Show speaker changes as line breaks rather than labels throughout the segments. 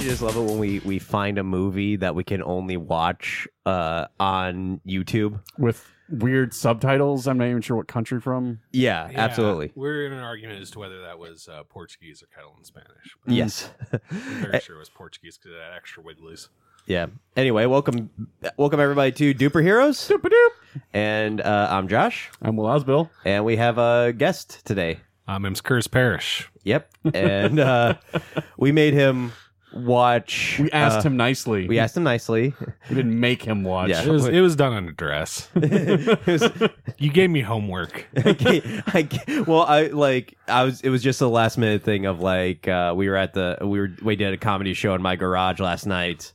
just love it when we we find a movie that we can only watch uh on YouTube.
with weird subtitles. I'm not even sure what country from.
Yeah,
Yeah,
absolutely.
We're in an argument as to whether that was uh, Portuguese or Catalan Spanish. but
Yes.
I'm
Eh.
very sure it was Portuguese because it had extra wigglies.
yeah. Anyway, welcome welcome everybody to Duper Heroes. And uh, I'm Josh,
I'm Will Osbill.
and we have a guest today.
Um, I'm Curse Parish.
Yep. And uh, we made him watch
We asked
uh,
him nicely.
we asked him nicely.
We didn't make him watch.
Yeah.
It was, it was done under dress.
It was-
you gave me homework.
I can't- I can't- well, I like I was. It was just a last minute thing of like uh, we were at the we were we did a comedy show in my garage last night,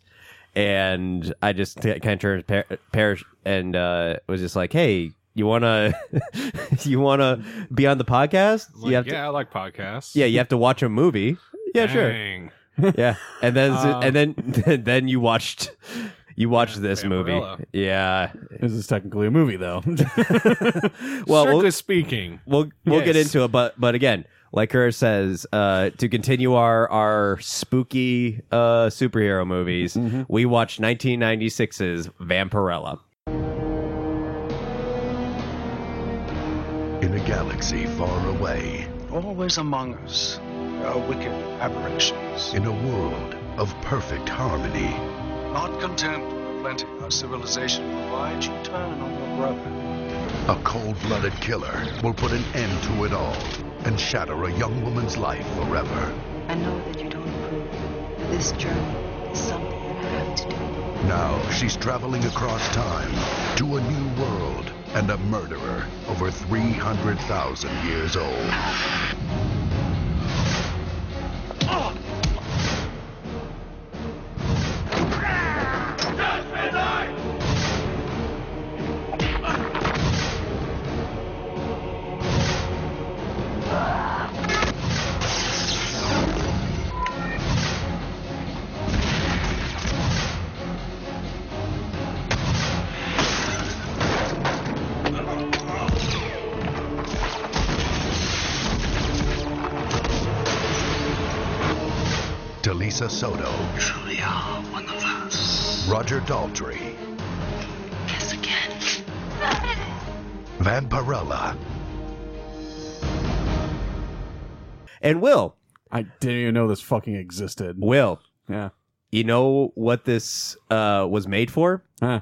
and I just t- kind of turned par- parish and uh, was just like, hey. You wanna, you wanna be on the podcast?
Like,
you have
yeah,
to,
I like podcasts.
yeah. You have to watch a movie. Yeah, sure.
Dang.
Yeah, and then
Um,
and then then you watched, you watched this
Vampirella.
movie. Yeah.
This is technically a movie, though.
Well,
Strictly
we'll-
speaking,
we'll we'll get
Yes.
into it, but but again, like her says, uh, to continue our our spooky uh, superhero movies, we watched 1996's Vampirella.
In a galaxy far away,
Always among us are wicked aberrations.
in a world of perfect harmony,
Not content with the plenty our civilization provides, you turn on your brother.
a cold blooded killer will put an end to it all and shatter a young woman's life forever.
I know that you don't approve, but this journey is something that I have to do.
Now she's traveling across time to a new world and a murderer over 300,000 years old. Delisa Soto,
Truly are one of us.
Roger Daltrey,
Yes, again.
Vampirella,
And Will,
I didn't even know this fucking existed.
Will,
Yeah.
you know what this uh, was made for?
Huh.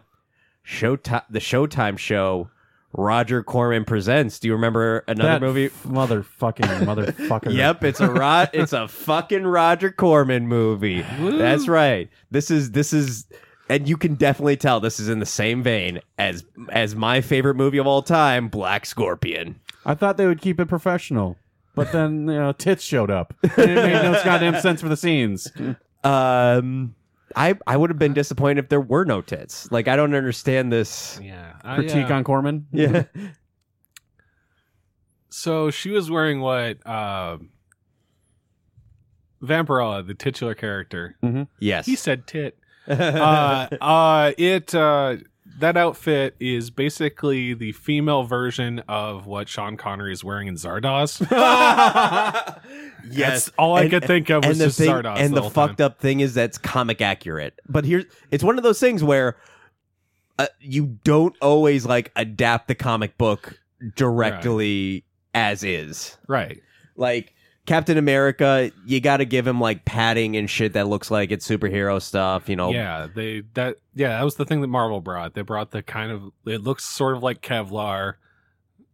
Showtime, the Showtime show. Roger Corman presents. Do you remember another
that
movie?
f- motherfucking motherfucker.
Yep, it's a Ro- it's a fucking Roger Corman movie. That's right. This is this is and you can definitely tell this is in the same vein as as my favorite movie of all time, Black Scorpion.
I thought they would keep it professional, but then you know, tits showed up. And it made no goddamn sense for the scenes.
Um I I would have been disappointed if there were no tits. Like I don't understand this.
yeah. I,
Critique
uh,
on Corman.
Yeah.
So she was wearing what? Uh, Vampirella, the titular character.
Yes.
He said tit. uh, uh, it uh, that outfit is basically the female version of what Sean Connery is wearing in Zardoz.
yes.
That's all I
And-
could think of was
the
just
thing-
Zardoz.
And the,
whole
fucked
time.
up thing is that's comic accurate. But here's it's one of those things where uh, you don't always like adapt the comic book directly as is.
right?
Like Captain America, you got to give him like padding and shit that looks like it's superhero stuff. You know,
Yeah, they that yeah that was the thing that Marvel brought. They brought the kind of it looks sort of like Kevlar.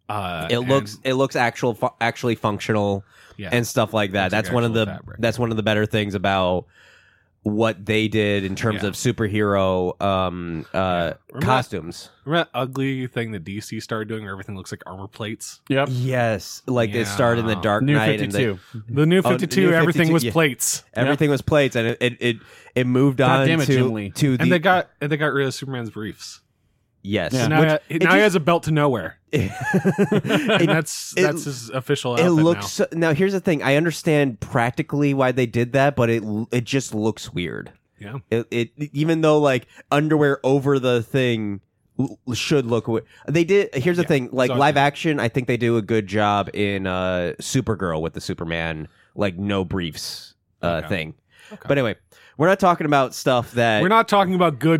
Uh,
it
and-
looks it looks actual fu- actually functional.
yeah.
and stuff like that.
It's
That's
like
one of
actual
the
fabric.
that's one of the better things about what they did in terms
Yeah.
of superhero um uh
Remember-
costumes.
Remember that ugly thing that DC started doing, where everything looks like armor plates.
Yep.
Yes, like it
Yeah.
started in the Dark
New
Knight and
52.
they-
The new
Oh, New
Fifty Two, everything
52,
was
yeah.
plates,
everything was plates and it it it, it moved
God
on
damn it, Jim
to
Lee.
to the
and they got and they got rid of Superman's briefs.
yes.
Yeah.
So now
Which-
he- now he
just-
has a belt to nowhere.
it,
and that's
it-
that's his official.
it
outfit
looks so,
now.
now here's the thing. I understand practically why they did that, but it it just looks weird.
Yeah.
It, it even though like underwear over the thing l- should look. wi- They did. Here's the
Yeah,
thing. Like
it's all
live
good.
action, I think they do a good job in uh Supergirl with the Superman like no briefs uh
Okay.
thing.
Okay.
But anyway, We're not talking about stuff that
We're not talking about good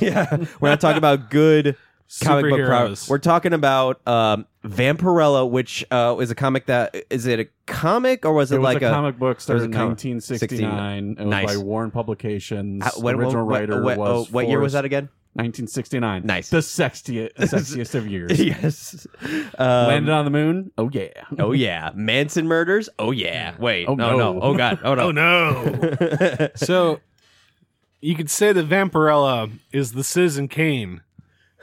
yeah, we're not talking about good comic book
Superheroes.
pro- We're talking about um, Vampirella, which uh, is a comic that is it a comic or was it,
It was
like
a, comic book started
was
in
a comic-
1969. It was
Nice.
by Warren Publications.
How- when-
Original
what-
writer
what,
was.
oh, what year was that
Forrest-
again?
1969.
Nice.
The sexiest, sexiest of years.
yes. Um,
Landed on the moon. Oh yeah.
oh yeah, Manson murders. Oh yeah. Wait.
Oh,
no.
no.
no. Oh god. Oh no.
no.
no.
so you could say that Vampirella is the Citizen Kane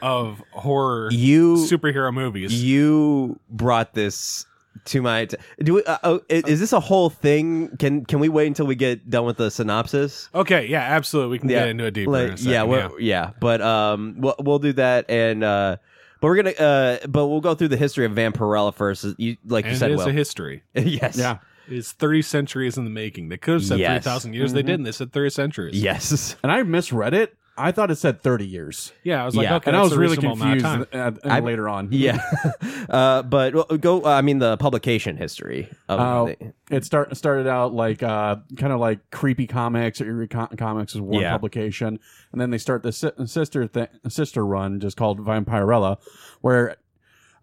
of horror
you
superhero movies.
you brought this to my att- do we, uh, oh, i- is this a whole thing can can we wait until we get done with the synopsis
okay, yeah, absolutely. We can
Yeah,
get into it deeper. in a
like
second,
yeah,
yeah.
we're, yeah but um we'll, we'll do that and uh but we're gonna uh but we'll go through the history of vampirella first you like you
And
said
it is
well
a history.
yes
Yeah.
It's 30 centuries in the making. They could have said
Yes. Mm-hmm.
3,000 years. They didn't. They said 30 centuries.
yes
And I misread it. I thought it said 30 years.
Yeah, I was like,
Yeah.
okay,
and I
that's
was
a
really
reasonable amount of
confused
time.
uh, uh,
I-
later on.
yeah uh but well, go uh, i mean the publication history of
Uh,
the-
it start, started out like uh, kind of like creepy comics or eerie co- comics was one
Yeah.
publication, and then they start the si- sister th- sister run just called Vampirella, where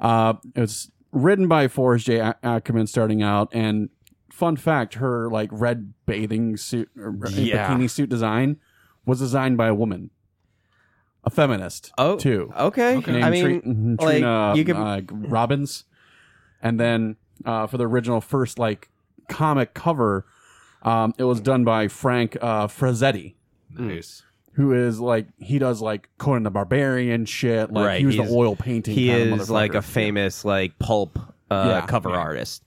uh, it's written by Forrest J. A- Ackerman starting out. And fun fact, her like red bathing suit, or
Yeah.
bikini suit design was designed by a woman, a feminist.
oh
two.
okay,
Named
i mean
Tri-
like,
Trina
you could-
uh, Robbins, and then uh, for the original first like comic cover, um, it was done by Frank uh, Frazetti,
Mm.
Nice.
who is like he does like Conan the Barbarian shit. Like
Right,
he was
he's-
the oil painting.
he
kind of
is like a
motherfucker.
famous like pulp uh,
Yeah.
cover artist.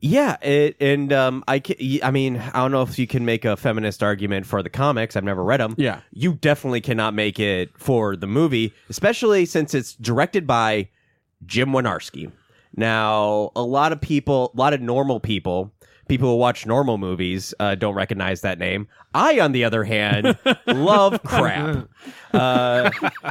Yeah, it, and um, I ca- y- I mean I don't know if you can make a feminist argument for the comics. I've never read them.
Yeah.
you definitely cannot make it for the movie, especially since it's directed by Jim Wenarski. Now, a lot of people, a lot of normal people, people who watch normal movies uh, don't recognize that name. I, on the other hand, love crap. Uh,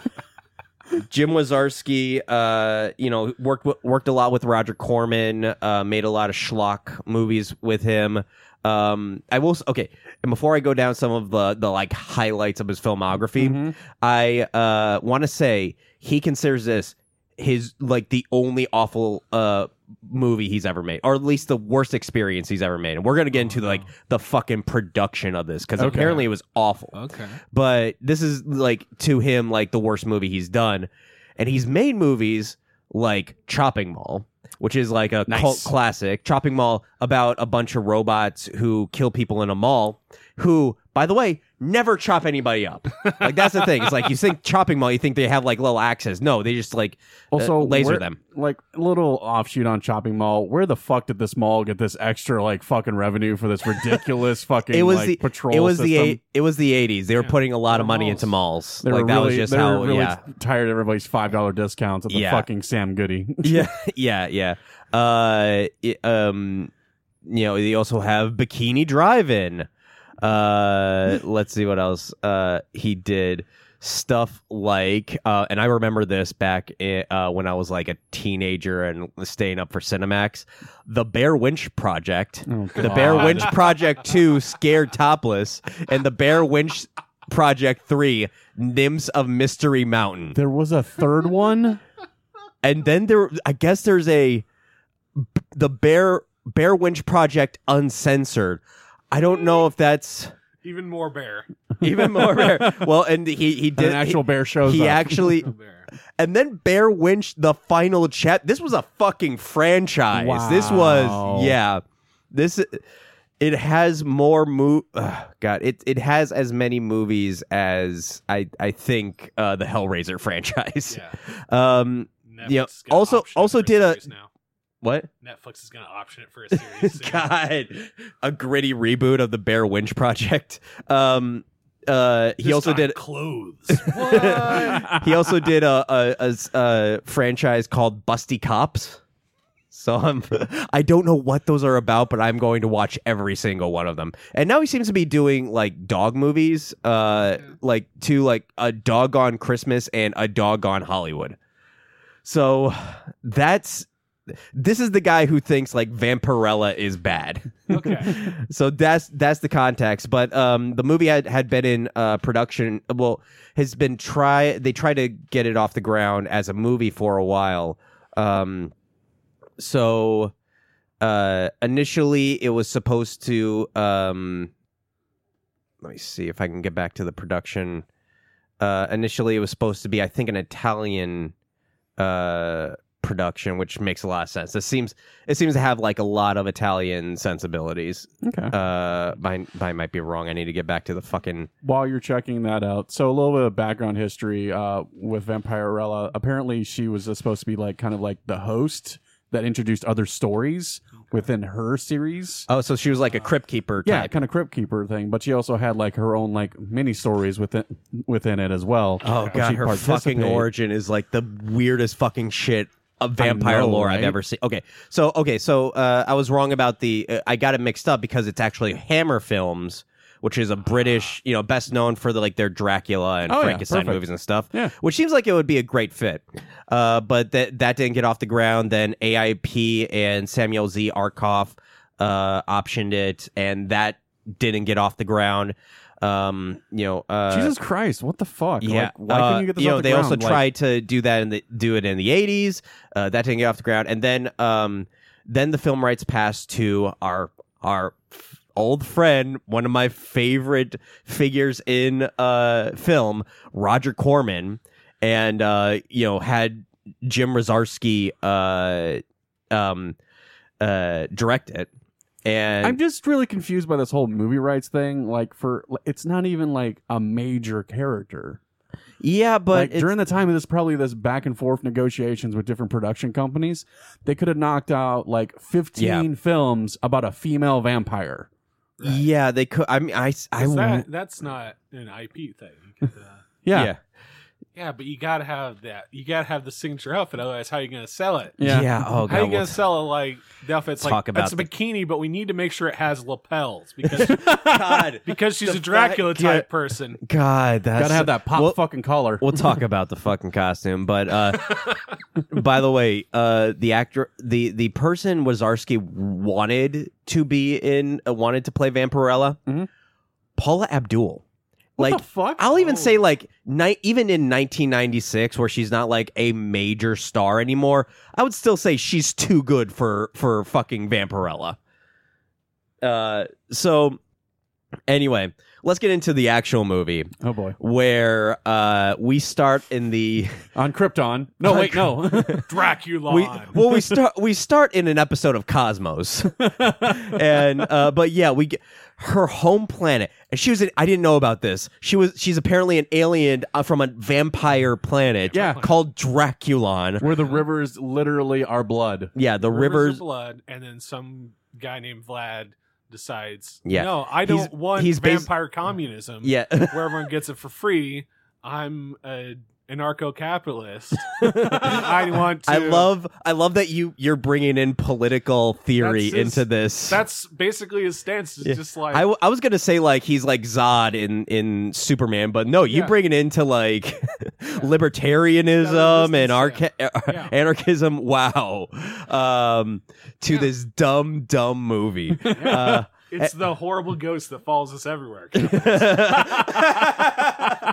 Jim Wazarski, uh, you know, worked w- worked a lot with Roger Corman, uh, made a lot of schlock movies with him. Um, I will s- okay, and before I go down some of the the like highlights of his filmography, I uh, want to say he considers this his like the only awful uh movie he's ever made, or at least the worst experience he's ever made. And we're gonna get into like the fucking production of this because apparently it was awful
Okay.
but this is like to him like the worst movie he's done and he's made movies like chopping mall which is like a cult classic chopping mall about a bunch of robots who kill people in a mall who by the way never chop anybody up like that's the thing it's like you think chopping mall you think they have like little axes no they just like
Also,
uh, laser
where-
them
Like a little offshoot on Chopping Mall. Where the fuck did this mall get this extra like fucking revenue for this ridiculous fucking
it was
like,
the
patrol?
it was the
system?
eight, it was the 80s they were putting a lot of money
Malls.
into malls
They
like
were
that
really,
was just
they were
how
really
yeah
tired of everybody's five dollar discounts at the
Yeah.
fucking Sam Goody.
yeah, yeah, yeah. Uh, it- um, you know, they also have Bikini Drive-In. Uh, let's see what else. Uh, he did stuff like, uh, and I remember this back i uh, when I was like a teenager and staying up for Cinemax, the Bear Winch Project, the Bear
Oh, God.
Winch Project Two, Scared Topless, and the Bear Winch Project Three, Nymphs of Mystery Mountain.
There was a third one.
And then there, I guess there's a the Bear Bear Winch Project uncensored. I don't know if that's
Even more bear.
even more rare. Well, and he he did
an actual bear shows
He, he
up.
actually
bear.
and then Bear Winch the final chat. This was a fucking franchise. This
Wow.
was yeah. This it has more mo- ugh, God, it it has as many movies as I I think uh, the Hellraiser franchise.
Yeah.
Um,
Netflix
Yeah,
is gonna
also-
option it
also
for
did a-
series now.
what?
Netflix is going to option it for a series. soon.
God, a gritty reboot of the Bear Winch project. Um, uh, he
Just
also
on
did.
clothes.
he also did a, a- a s- a franchise called Busty Cops. So I'm, I don't know what those are about, but I'm going to watch every single one of them. And now he seems to be doing like dog movies, uh, like to like a doggone Christmas and a doggone Hollywood. So that's this is the guy who thinks like Vampirella is bad.
Okay.
so that's that's the context. But um, the movie had, had been in uh, production. Well, has been try. They tried to get it off the ground as a movie for a while. Um, so uh, initially, it was supposed to. Um, let me see if I can get back to the production. Uh, initially, it was supposed to be, I think, an Italian uh, production, which makes a lot of sense. It seems it seems to have like a lot of Italian sensibilities.
Okay.
Uh, I, I might be wrong. I need to get back to the fucking.
While you're checking that out, so a little bit of background history uh, with Vampirella. Apparently, she was supposed to be like kind of like the host that introduced other stories within her series.
Oh, so she was like a crypt keeper.
yeah,
Type.
kind of crypt keeper thing, but she also had like her own like mini stories within within it as well.
Oh
But
god,
she'd
her fucking
participate.
origin is like the weirdest fucking shit of vampire
know,
lore I've
right?
ever seen. Okay, so okay, so uh, I was wrong about the. Uh, I got it mixed up because it's actually Hammer Films, which is a British, you know, best known for the, like their Dracula and
Oh, yeah,
Frankenstein
perfect.
movies and stuff.
Yeah.
which seems like it would be a great fit. Uh, but that that didn't get off the ground. Then AIP and Samuel Z. Arkoff uh, optioned it, and that didn't get off the ground. Um, you know, uh,
Jesus Christ, what the fuck?
yeah,
like, why
uh,
couldn't you get this
know,
off the
they also
ground? Like,
tried to do that and do it in the '80s. Uh, that didn't get off the ground, and then um, then the film rights passed to our our f- old friend, one of my favorite figures in uh film, Roger Corman, and uh, you know had Jim Rozarski uh um uh direct it, and
I'm just really confused by this whole movie rights thing. Like, for it's not even like a major character.
yeah, but
But
it's-
during the time of this, probably this back and forth negotiations with different production companies, they could have knocked out like 15 films about a female vampire.
yeah, they could. I mean, I I w-
Is that, that's not an IP thing. You could, uh,
Yeah,
yeah.
yeah, but you gotta have that. You gotta have the signature outfit. Otherwise, how are you gonna sell it?
Yeah.
Yeah.
Oh god.
How you
well,
gonna sell it like the outfit's like
Talk about
it's a
the-
bikini, but we need to make sure it has lapels because
God.
because she's
The
a Dracula
fact- yeah.
type person.
God, that's
gotta have that pop
We'll,
fucking collar.
we'll talk about the fucking costume, but uh, by the way, uh, the actor, the the person Wazarski wanted to be in, uh, wanted to play Vampirella,
Mhm.
Paula Abdul. Like,
what the fuck? Oh.
I'll even say like ni- even in 1996 where she's not like a major star anymore, I would still say she's too good for for fucking Vampirella. Uh so anyway, let's get into the actual movie
oh boy,
where uh we start in the
on Krypton. No, wait, no.
Dracula.
we, well we start we start in an episode of Cosmos. and uh but yeah, we get her home planet. And she was an, I didn't know about this. She was she's apparently an alien uh, from a vampire planet
Yeah.
called Draculon.
Where the rivers literally are blood.
Yeah, the
rivers,
rivers,
of blood, and then some guy named Vlad decides,
Yeah.
no, I don't
He's-
want
he's basi-
vampire communism.
Yeah.
where everyone gets it for free. I'm a anarcho-capitalist. I want. to...
I love I love that you you're bringing in political theory
That's his-
into this.
That's basically his stance. It's
Yeah.
just like
I, w- I was gonna say like he's like Zod in in Superman, but no, you
Yeah.
bring it into like
Gotta
libertarianism and
listen
arca-
Yeah.
anarchism. Wow, um, to
Yeah.
this dumb dumb movie. uh,
it's the horrible ghost that follows us everywhere.
Uh,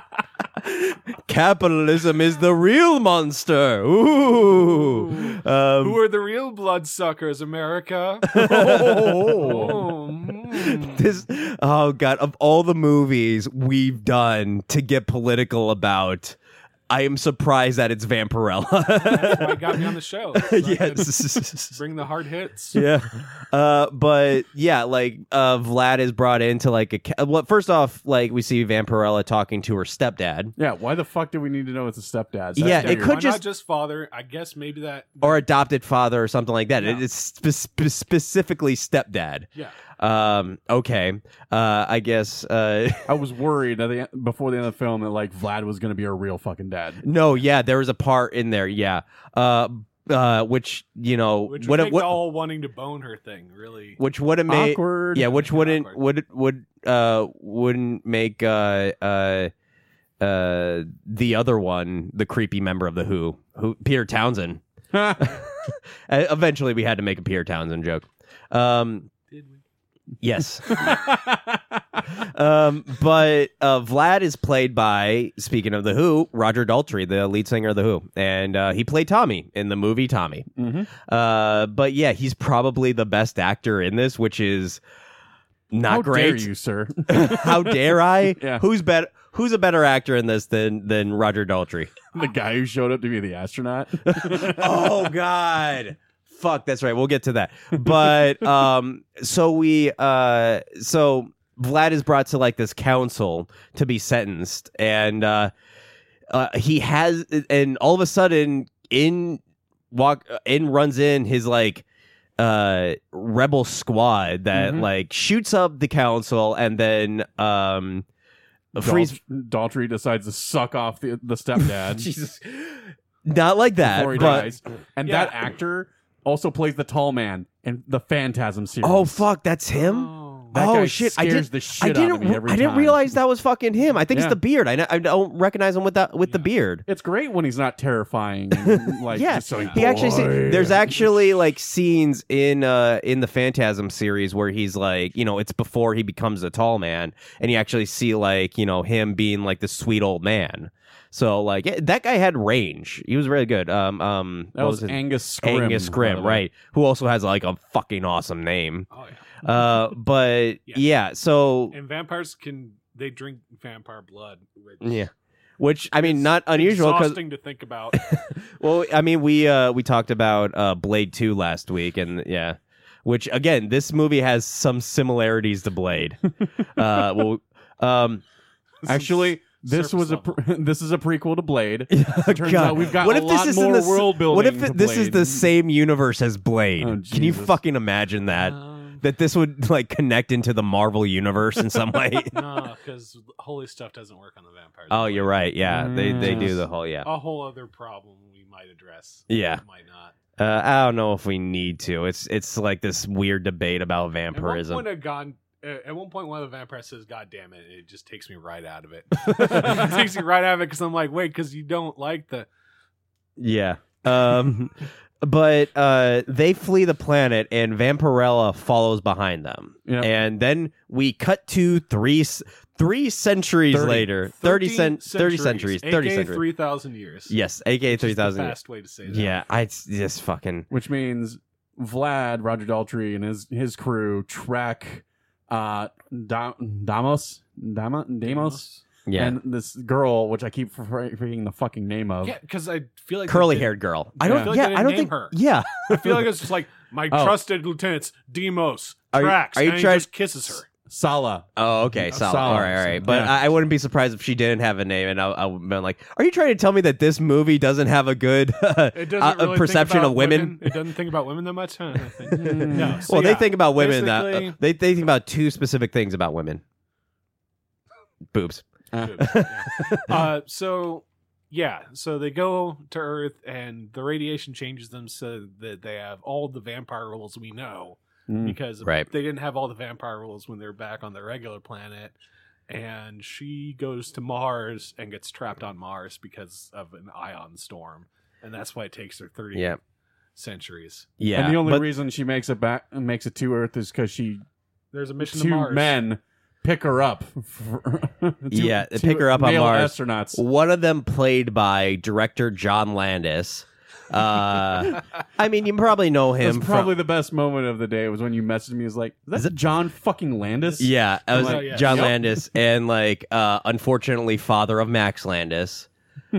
capitalism is the real monster. Ooh, um,
Who are the real bloodsuckers, America? Oh, mm.
this oh god of all the movies we've done to get political about i am surprised that it's vampirella
That's why it got me on the show. so I could
yes
Bring the hard hits.
yeah uh but yeah like uh vlad is brought into like a ca- well first off like we see vampirella talking to her stepdad
Yeah, why the fuck do we need to know it's a stepdad?
Yeah,
Stepdad,
it
you're
could
Why
just-
not just father? I guess maybe that.
or adopted father or something like that
Yeah.
it's spe- spe- specifically stepdad
Yeah.
um okay uh i guess uh
I was worried at the, before the end of the film that like Vlad was going to be a real fucking dad.
No, yeah, there was a part in there, yeah. Uh, uh, which you know,
Which
would
would
have,
make
what,
the all wanting to bone her thing really.
which would have made,
Awkward.
yeah, which wouldn't
Awkward.
would would uh wouldn't make uh uh uh the other one the creepy member of the Who, who Peter Townsend. Uh, Eventually, we had to make a Pierre Townsend joke. Um, Did we? Yes. um, but uh, Vlad is played by, speaking of The Who, Roger Daltrey, the lead singer of The Who. And uh, he played Tommy in the movie Tommy.
Mhm.
Uh, but yeah, he's probably the best actor in this, which is not
How
great.
dare you, sir?
How dare I?
Yeah.
Who's better? Who's a better actor in this than than Roger Daltrey?
the guy who showed up to be the astronaut.
oh god fuck that's right we'll get to that but um so we uh so vlad is brought to like this council to be sentenced and uh, uh he has and all of a sudden in walk in runs in his like uh rebel squad that
Mhm.
like shoots up the council and then um frees
Dalt- Daltrey decides to suck off the the stepdad
jesus not like that
before he
but
dies, and
Yeah.
that actor also plays the tall man in the Phantasm series.
oh fuck that's him
That
oh
guy
shit! I
Scares
didn't.
the shit
I
out of
didn't.
me every
I didn't
time.
realize that was fucking him. I think it's
Yeah.
the beard. I, kn- I don't recognize him with that with the beard.
It's great when he's not terrifying. and, like,
Yeah,
just like,
He actually se-
"Boy."
there's actually like scenes in uh in the Phantasm series where he's like you know it's before he becomes a tall man and you actually see like you know him being like the sweet old man. So like yeah, that guy had range. He was really good. Um um
that
what
was,
his-
Angus Scrimm.
Angus
by
Grimm,
the way.
right? Who also has like a fucking awesome name.
Oh, yeah.
Uh, but
Yeah.
yeah, so
And vampires can they drink vampire blood? Which
Yeah. Which I mean, not unusual because
Exhausting to think about.
well, I mean, we uh we talked about uh Blade Two last week, and yeah, which again, this movie has some similarities to Blade. uh, well, um,
Actually, this
Surface
was a
level.
pre- this is a prequel to Blade. It turns
Oh, God.
out we've got
What
a
if this
lot
is in
more
the s-
world building.
what if
to
this is
Blade.
the same universe as Blade?
Oh,
Can you
Jesus. Uh.
fucking imagine that?
Um,
that this would like connect into the Marvel universe in some way?
no, because holy stuff doesn't work on the vampires.
oh, you're right. Yeah, they they do
Yes.
the whole yeah.
A whole other problem we might address.
Yeah.
might not.
Uh, I don't know if we need to. It's it's like this weird debate about
At one
vampirism.
point, a gon- uh, at one point, one of the vampires says, "God damn it!" and it just takes me right out of it. it takes me right out of it because I'm like, wait, because you don't like the
Yeah. Um, but uh, they flee the planet, and Vampirella follows behind them.
Yeah.
And then we cut to three s- three centuries later, thirty cent, thirty centuries, thirty centuries.
three thousand years.
yes, aka
Which is
three
the
thousand.
Fast way to say that.
Yeah, I it's just fucking
which means Vlad, Roger Daltrey, and his his crew track uh, da- Damos, Dama, Damos,
yeah.
and this girl, which I keep fr- forgetting the fucking name of.
Yeah, because I feel like
Curly
they-
haired girl. I
Yeah.
don't. Yeah,
I
feel
I,
like they didn't
don't
name
think.
her.
Yeah.
I feel like it's just like my
Oh.
trusted lieutenants, Demos,
Are you-
Trax,
are you Uh,
and he
trying-
just kisses her.
Sala.
Oh, okay.
Uh,
Solid.
solid,
All right, all right.
solid.
But
Yeah.
I, I wouldn't be surprised if she didn't have a name, and I, I would have been like, "Are you trying to tell me that this movie doesn't have a good uh,
It
uh,
doesn't really
perception
think
of
about It doesn't think about women that much, huh? no. so
well,
yeah.
they think about women. That,
Basically-
uh, they they think about two specific things about women: boobs.
uh, so yeah, so they go to Earth, and the radiation changes them so that they have all the vampire rules we know
Mm.
because
Right.
they didn't have all the vampire rules when they're back on their regular planet. And she goes to Mars and gets trapped on Mars because of an ion storm, and that's why it takes her thirty
Yeah,
centuries.
yeah.
and the only
but,
reason she makes it back, makes it to Earth, is because she
There's a mission to
two
Mars.
men pick her up. for- two-
Yeah, they
two
pick her up on
male
Mars.
Astronauts.
one of them played by director John Landis. Uh, I mean, you probably know him.
That's
from-
probably the best moment of the day was when you messaged me. Was like, is
Is
that John fucking Landis?
Yeah, I was
Oh,
like,
yeah.
John
Yep.
Landis, and like uh, unfortunately, father of Max Landis.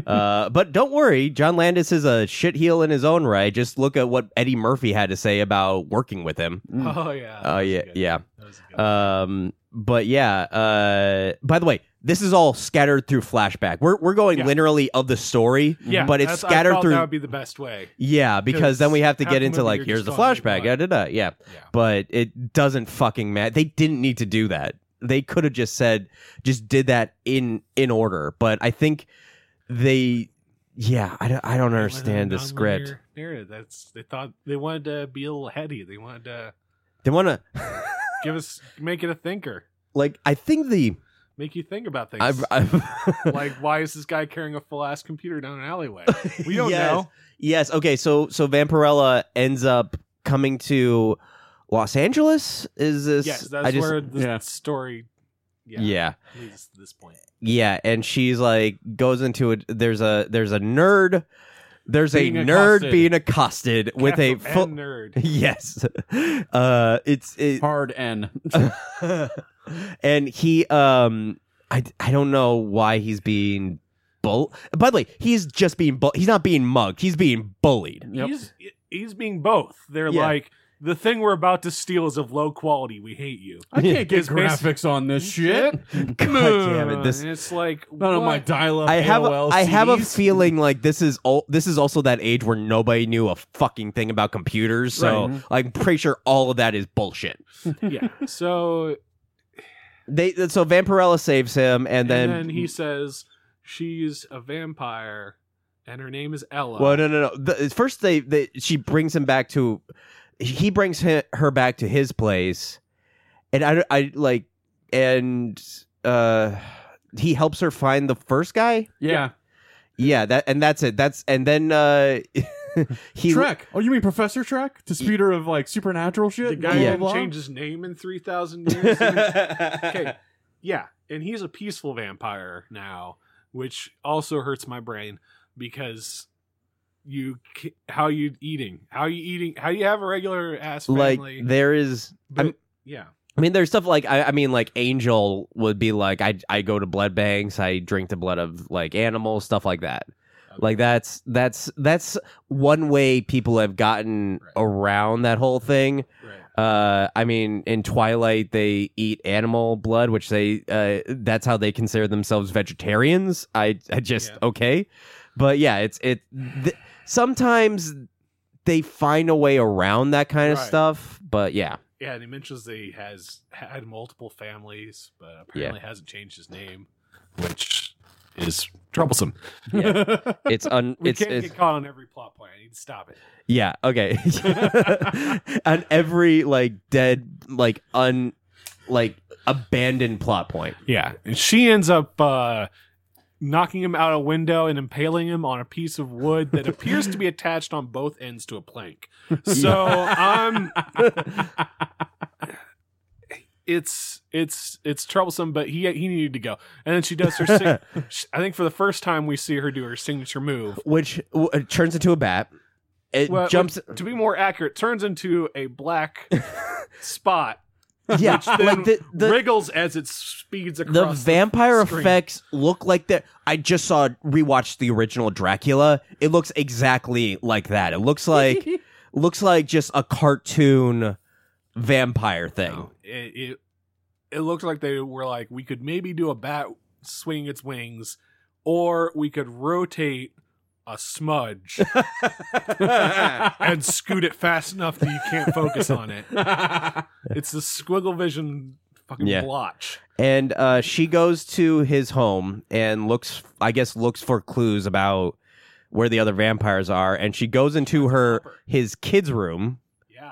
Uh, but don't worry, John Landis is a shitheel in his own right. Just look at what Eddie Murphy had to say about working with him.
Oh yeah.
Oh
that was
yeah,
good.
yeah.
That was good.
Um, but yeah. Uh, by the way, this is all scattered through flashback. We're we're going
Yeah.
literally of the story,
yeah,
but it's
that's- I
scattered
thought
through.
That would be the best way.
yeah, because then we have to
half
get
the
into
movie
like
you're
here's the
just
flashback.
following the
Yeah, da, da, yeah
Yeah.
but it doesn't fucking matter. They didn't need to do that. They could have just said, just did that in in order. But I think they, yeah, I don't, I don't understand the script.
Narrative. That's they thought they wanted to be a little heady. They wanted to
They want to
give us make it a thinker.
like. I think the
make you think about things.
I've, I've
like, why is this guy carrying a full ass computer down an alleyway? We don't
Yes.
know.
Yes. Okay. So so Vampirella ends up coming to Los Angeles. Is this?
Yes, that's
I just-
where the
Yeah.
story. Yeah,
yeah.
leads to this point.
Yeah, and she's like goes into a there's a there's a nerd there's
Being
a nerd
accosted.
being accosted with a
Capital
full
N nerd.
yes uh it's it,
Hard N.
and he um I I don't know why he's being bull by the way he's just being bull he's not being mugged he's being bullied
Yep.
He's he's being both. They're
Yeah.
like the thing we're about to steal is of low quality. We hate you.
I can't get
It's basi-
graphics on this shit.
god damn it this
And it's like
None of my
what?
dial-up.
I have
AOL
a, I have a
CDs.
feeling like this is all this is also that age where nobody knew a fucking thing about computers. So I'm pretty sure all of that is bullshit.
yeah. So
They so Vampirella saves him and
and
then,
then, he says she's a vampire and her name is Ella.
well no no no the, first they, they she brings him back to he brings hi- her back to his place and I I like and uh he helps her find the first guy.
Yeah.
Yeah, that and that's it. That's and then uh he
Trek. Oh, you mean Professor Trek? Disputer of like supernatural shit?
the guy
Yeah.
Blah, blah,
didn't
blah?
change his name in three thousand years. okay. Yeah, and he's a peaceful vampire now, which also hurts my brain because you c- how you eating how you eating how you have a regular ass
like
family
there is
but- yeah
I mean, there's stuff like I, I mean, like Angel would be like, I I go to blood banks, I drink the blood of like animals, stuff like that. Like that's that's that's one way people have gotten
Right.
around that whole thing.
right
Uh, I mean, in Twilight, they eat animal blood, which they uh, that's how they consider themselves vegetarians. I, I just
Yeah.
okay, but yeah, it's it. Th- sometimes they find a way around that kind of
Right.
stuff, but yeah.
yeah and he mentions that he has had multiple families but apparently hasn't changed his name which is troublesome
Yeah. It's un.
we
it's
can't
it's,
get caught on every plot point i need to stop it
Yeah. Okay. and every like dead, like un, like abandoned plot point.
yeah and she ends up uh knocking him out a window and impaling him on a piece of wood that appears to be attached on both ends to a plank so um, i'm it's it's it's troublesome, but he he needed to go. And then she does her. Sing- sh- I think for the first time we see her do her signature move.
Which w- it turns into a bat. It
Well,
jumps.
To be more accurate, turns into a black spot,
yeah.
which then
like the the,
wriggles as it speeds
the,
across. The
vampire
screen.
effects look like that. I just saw rewatched the original Dracula. It looks exactly like that. It looks like looks like just a cartoon vampire thing.
No, it, it it looked like they were like we could maybe do a bat swinging its wings, or we could rotate a smudge and scoot it fast enough that you can't focus on it. It's the squiggle vision fucking
Yeah.
blotch.
and uh, she goes to his home and looks i guess looks for clues about where the other vampires are and she goes into her his kids room
Yeah.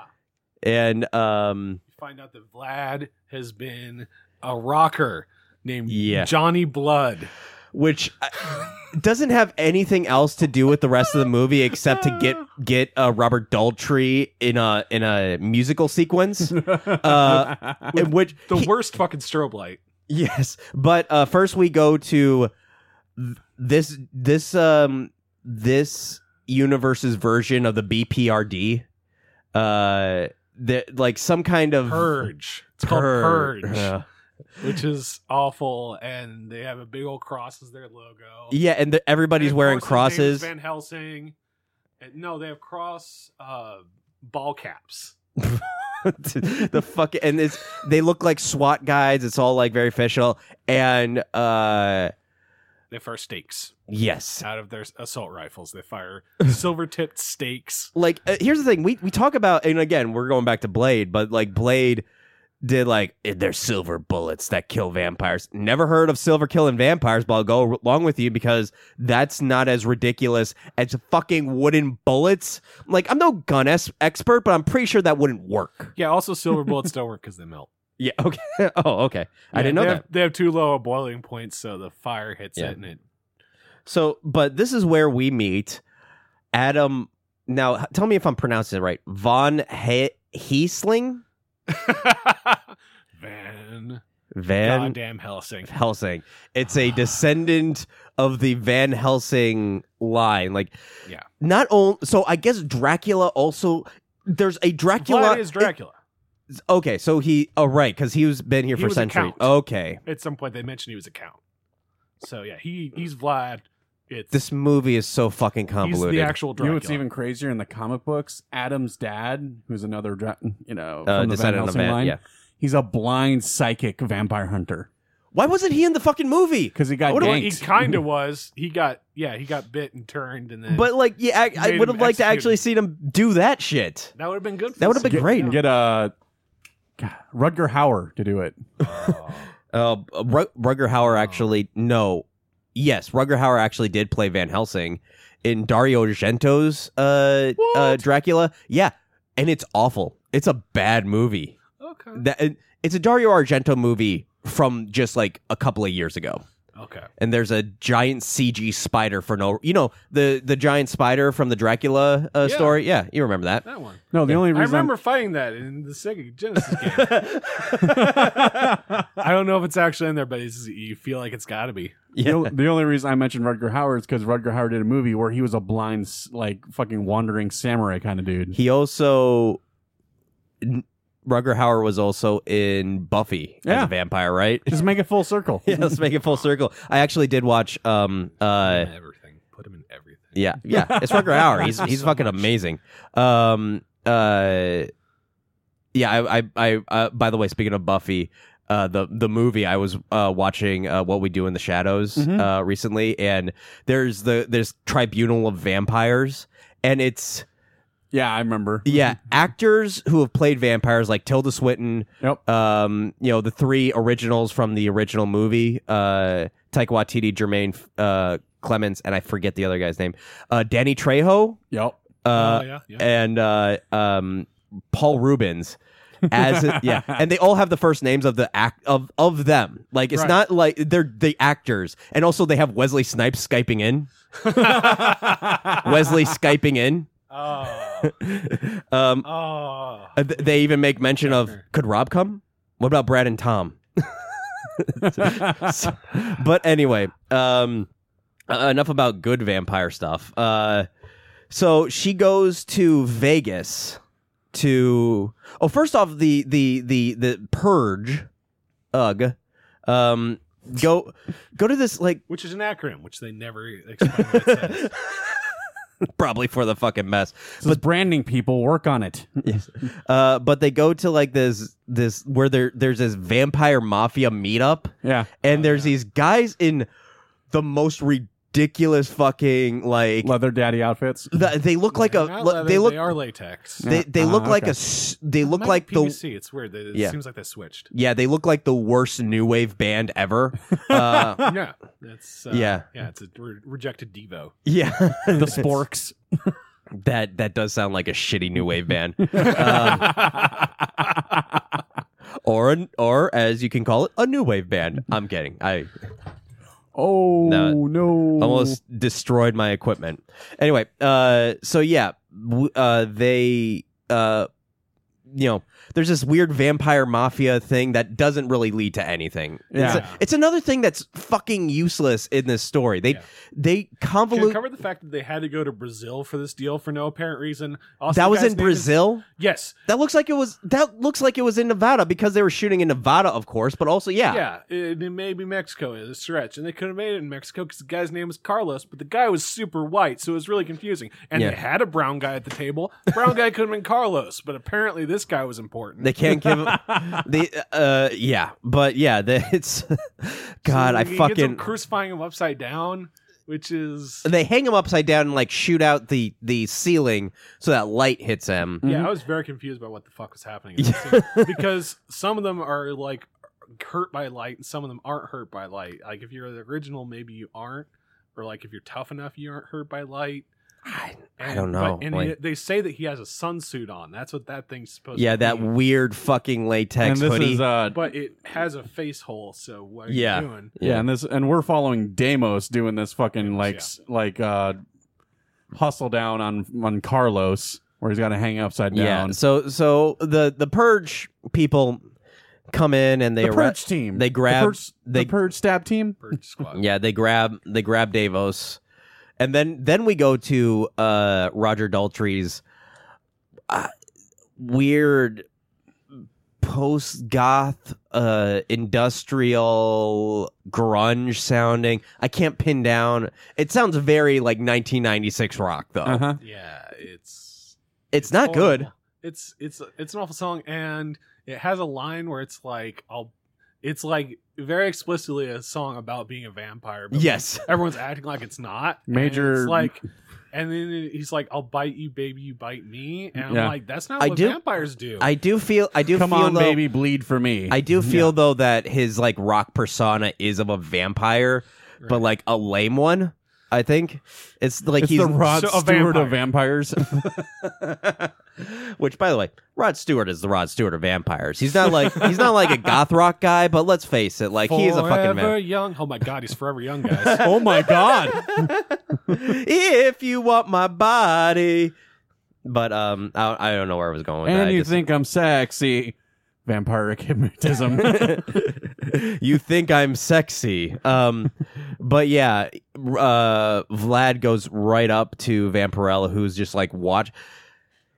and um
You find out that Vlad has been a rocker named
Yeah.
Johnny Blood.
which uh, doesn't have anything else to do with the rest of the movie except to get get uh, Robert Daltrey in a in a musical sequence uh, in which
The
he-
worst fucking strobe light.
Yes, but uh, first we go to th- this this um this universe's version of the BPRD. Uh, that like some kind of
Purge. It's called
Purge.
Purge,
Uh,
which is awful. And they have a big old cross as their logo.
yeah, and the, everybody's
And of
wearing
course his name is
crosses.
Van Helsing. And no, they have cross uh, ball caps.
the fuck and it's they look like SWAT guides. It's all like very official and uh
They fire stakes
yes.
out of their assault rifles. They fire silver tipped stakes.
like uh, here's the thing we we talk about and again we're going back to blade but like blade did like eh, there's silver bullets that kill vampires never heard of silver killing vampires but i'll go along with you because that's not as ridiculous as fucking wooden bullets like i'm no gun es- expert but i'm pretty sure that wouldn't work
Yeah, also silver bullets don't work because they melt.
Yeah. Okay. oh, okay. I
Yeah,
didn't know
they
that.
Have, they have too low a boiling point, so the fire hits
Yeah.
it and it.
So, but this is where we meet Adam. Now, h- tell me if I'm pronouncing it right. Von he- Heesling
Van
Van
goddamn Helsing.
Helsing. It's a descendant of the Van Helsing line. Like,
Yeah.
Not only, so I guess Dracula also. There's a Dracula.
Vlad is Dracula.
it- okay, so he. Oh, right, because he's been here
He
for
was a
centuries.
count.
Okay,
At some point, they mentioned he was a count. So yeah, he he's Vlad. It's
this movie is so fucking
he's
convoluted.
the actual
You
Dracula.
know what's even crazier in the comic books? Adam's dad, who's another, dra- you
uh,
know, from the Van
descendant of
Helsing
Van.
line,
Yeah.
he's a blind psychic vampire hunter
Why wasn't he in the fucking movie?
because he got
What do
Well, he
ganked.
kind of was. He got yeah, he got bit and turned, and then
But like, yeah,
Made
I, I
him
would have liked to
execute
actually seen
him.
him do that shit.
that would have been good. For
That would have
the
been
scene,
great.
yeah.
Get uh, God, Rudger Hauer to do it.
Uh, Ru- Rugger Hauer actually no, yes, Rugger Hauer actually did play Van Helsing in Dario Argento's uh, uh, Dracula. Yeah, and it's awful. It's a bad movie.
Okay.
That it- it's a Dario Argento movie from just like a couple of years ago.
Okay.
And there's a giant CG spider for no, you know the the giant spider from the Dracula uh,
Yeah.
story. Yeah, you remember that.
That one.
No, the only
I
reason
remember fighting that in the Sega Genesis game. I don't know if it's actually in there, but it's, you feel like it's got to be.
The o- the only reason I mentioned Rudger Hauer is because Rudger Hauer did a movie where he was a blind, s- like fucking wandering samurai kind of dude.
He also n- Rugger Hauer was also in Buffy as
Yeah.
a vampire, right?
Just make it full circle.
yeah, let's make it full circle. I actually did watch um uh
everything. Put him in everything.
yeah, yeah, it's Rugger Hauer. He's he's fucking amazing. Um uh yeah, I I, I uh, by the way, speaking of Buffy, uh, the the movie I was uh, watching uh, What We Do in the Shadows
Mhm.
uh, recently, and there's the there's Tribunal of Vampires, and it's
Yeah, I remember.
yeah, actors who have played vampires like Tilda Swinton,
Yep.
um, you know, the three originals from the original movie, uh, Taika Waititi, Jermaine uh, Clements, and I forget the other guy's name, uh, Danny Trejo,
Yep.
uh,
Oh, yeah, yeah.
and uh, um, Paul Rubens. As yeah, and they all have the first names of the act of of them. Like it's
Right.
not like they're the actors, and also they have Wesley Snipes skyping in. Wesley skyping in.
Oh.
Um,
Oh.
Uh, th- they even make mention of
Shocker.
could Rob come? What about Brad and Tom? So- but anyway, um, uh, enough about good vampire stuff. Uh, so she goes to Vegas to oh, first off the the the the purge, ugh, um, go go to this like
Which is an acronym, which they never explain what it says.
probably for the fucking mess.
This is branding people work on it.
Uh, but they go to like this this where there there's this vampire mafia meetup.
Yeah,
and there's these guys in the most ridiculous fucking like
leather daddy outfits.
th- they look like a
They're not
le-
leather,
they look
They are latex.
they, they
Ah,
look like a
okay.
s- they
It
look
might
like
be
the
PVC. It's weird. It
Yeah.
seems like they switched.
yeah they look like the worst new wave band ever uh,
yeah. That's uh,
Yeah.
Yeah. It's a re- rejected Devo.
yeah
The sporks.
that that does sound like a shitty new wave band um, or an, or as you can call it a new wave band I'm kidding I
Oh
No.
no!
almost destroyed my equipment. Anyway, uh, so yeah, w- uh, they, uh, you know, there's this weird vampire mafia thing that doesn't really lead to anything. It's,
Yeah.
it's another thing that's fucking useless in this story. They
Yeah.
they
Can
convolute.
cover the fact that they had to go to Brazil for this deal for no apparent reason. Also,
that
the
was
guy's
in
name is-
Brazil.
yes.
That looks like it was. That looks like it was in Nevada because they were shooting in Nevada, of course. But also, yeah,
Yeah, it, it may be Mexico is a stretch, and they could have made it in Mexico because the guy's name was Carlos, but the guy was super white, so it was really confusing. And
Yeah.
they had a brown guy at the table. Brown guy could have been Carlos, but apparently this guy was important.
they can't give. they, uh, yeah, but yeah, the, it's. God,
So
I
he ends up
fucking.
crucifying him upside down, which is
they hang him upside down and like shoot out the the ceiling so that light hits him.
yeah. I was very confused by what the fuck was happening in that scene. because some of them are like hurt by light, and some of them aren't hurt by light. Like if you're the original, maybe you aren't, or like if you're tough enough, you aren't hurt by light.
I, I
And-
don't know.
But, and
like-
he- they say that he has a sunsuit on. That's what that thing's supposed
yeah,
to
that
be.
weird fucking latex
and this
hoodie.
is uh,
But it has a face hole, so what are
Yeah.
you doing?
yeah, and this and we're following Damos doing this fucking like s like uh hustle down on on Carlos where he's got to hang upside
yeah.
down.
So so the the purge people come in and they
the
arre-
purge team.
they grab-
the purge,
they-
the purge stab team.
Bird squad.
Yeah, they grab they grab Davos, and then then we go to uh, Roger Daltrey's uh, weird post goth uh, industrial grunge sounding. I can't pin down. It sounds very like 1996 rock though.
Uh huh.
Yeah, it's
It's not
Oh,
horrible.
good.
Oh, It's it's it's an awful song, and it has a line where it's like, "I'll." It's like very explicitly a song about being a vampire. But
Yes.
everyone's acting like it's not. and
Major-
it's like, and then he's like, "I'll bite you, baby. You bite me." And I'm
Yeah.
like, "That's not
I
what
do-
vampires do."
I do feel I do
Come
feel
on,
though-
baby, bleed for me.
I do feel though that his like rock persona is of a vampire, but
Right.
like a lame one. I think it's like
it's
he's
the Rod
So, a
Stewart of vampires.
Which, by the way, Rod Stewart is the Rod Stewart of vampires. He's not like he's not like a goth rock guy, but let's face it, like he is a fucking
Forever
man.
young. Oh my god, he's forever young, guys.
oh my god!
if you want my body, but um, I, I don't know where I was going with that.
and
I
you
just-
think I'm sexy? Vampiric hypnotism.
you think I'm sexy. Um, but yeah, uh, Vlad goes right up to Vampirella, who's just like watch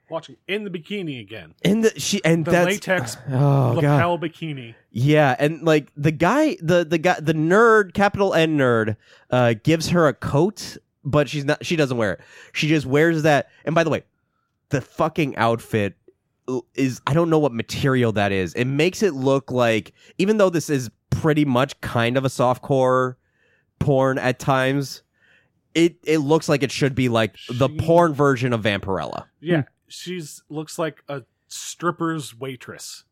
Watching in the bikini again.
in the she and
The
that's
latex
oh god
lapel bikini.
yeah and like the guy the the guy the nerd capital N nerd uh gives her a coat but she's not she doesn't wear it she just wears that and by the way the fucking outfit is I don't know what material that is it makes it look like even though this is pretty much kind of a softcore porn at times it it looks like it should be like the
She-
porn version of Vampirella
Yeah, she's looks like a stripper's waitress.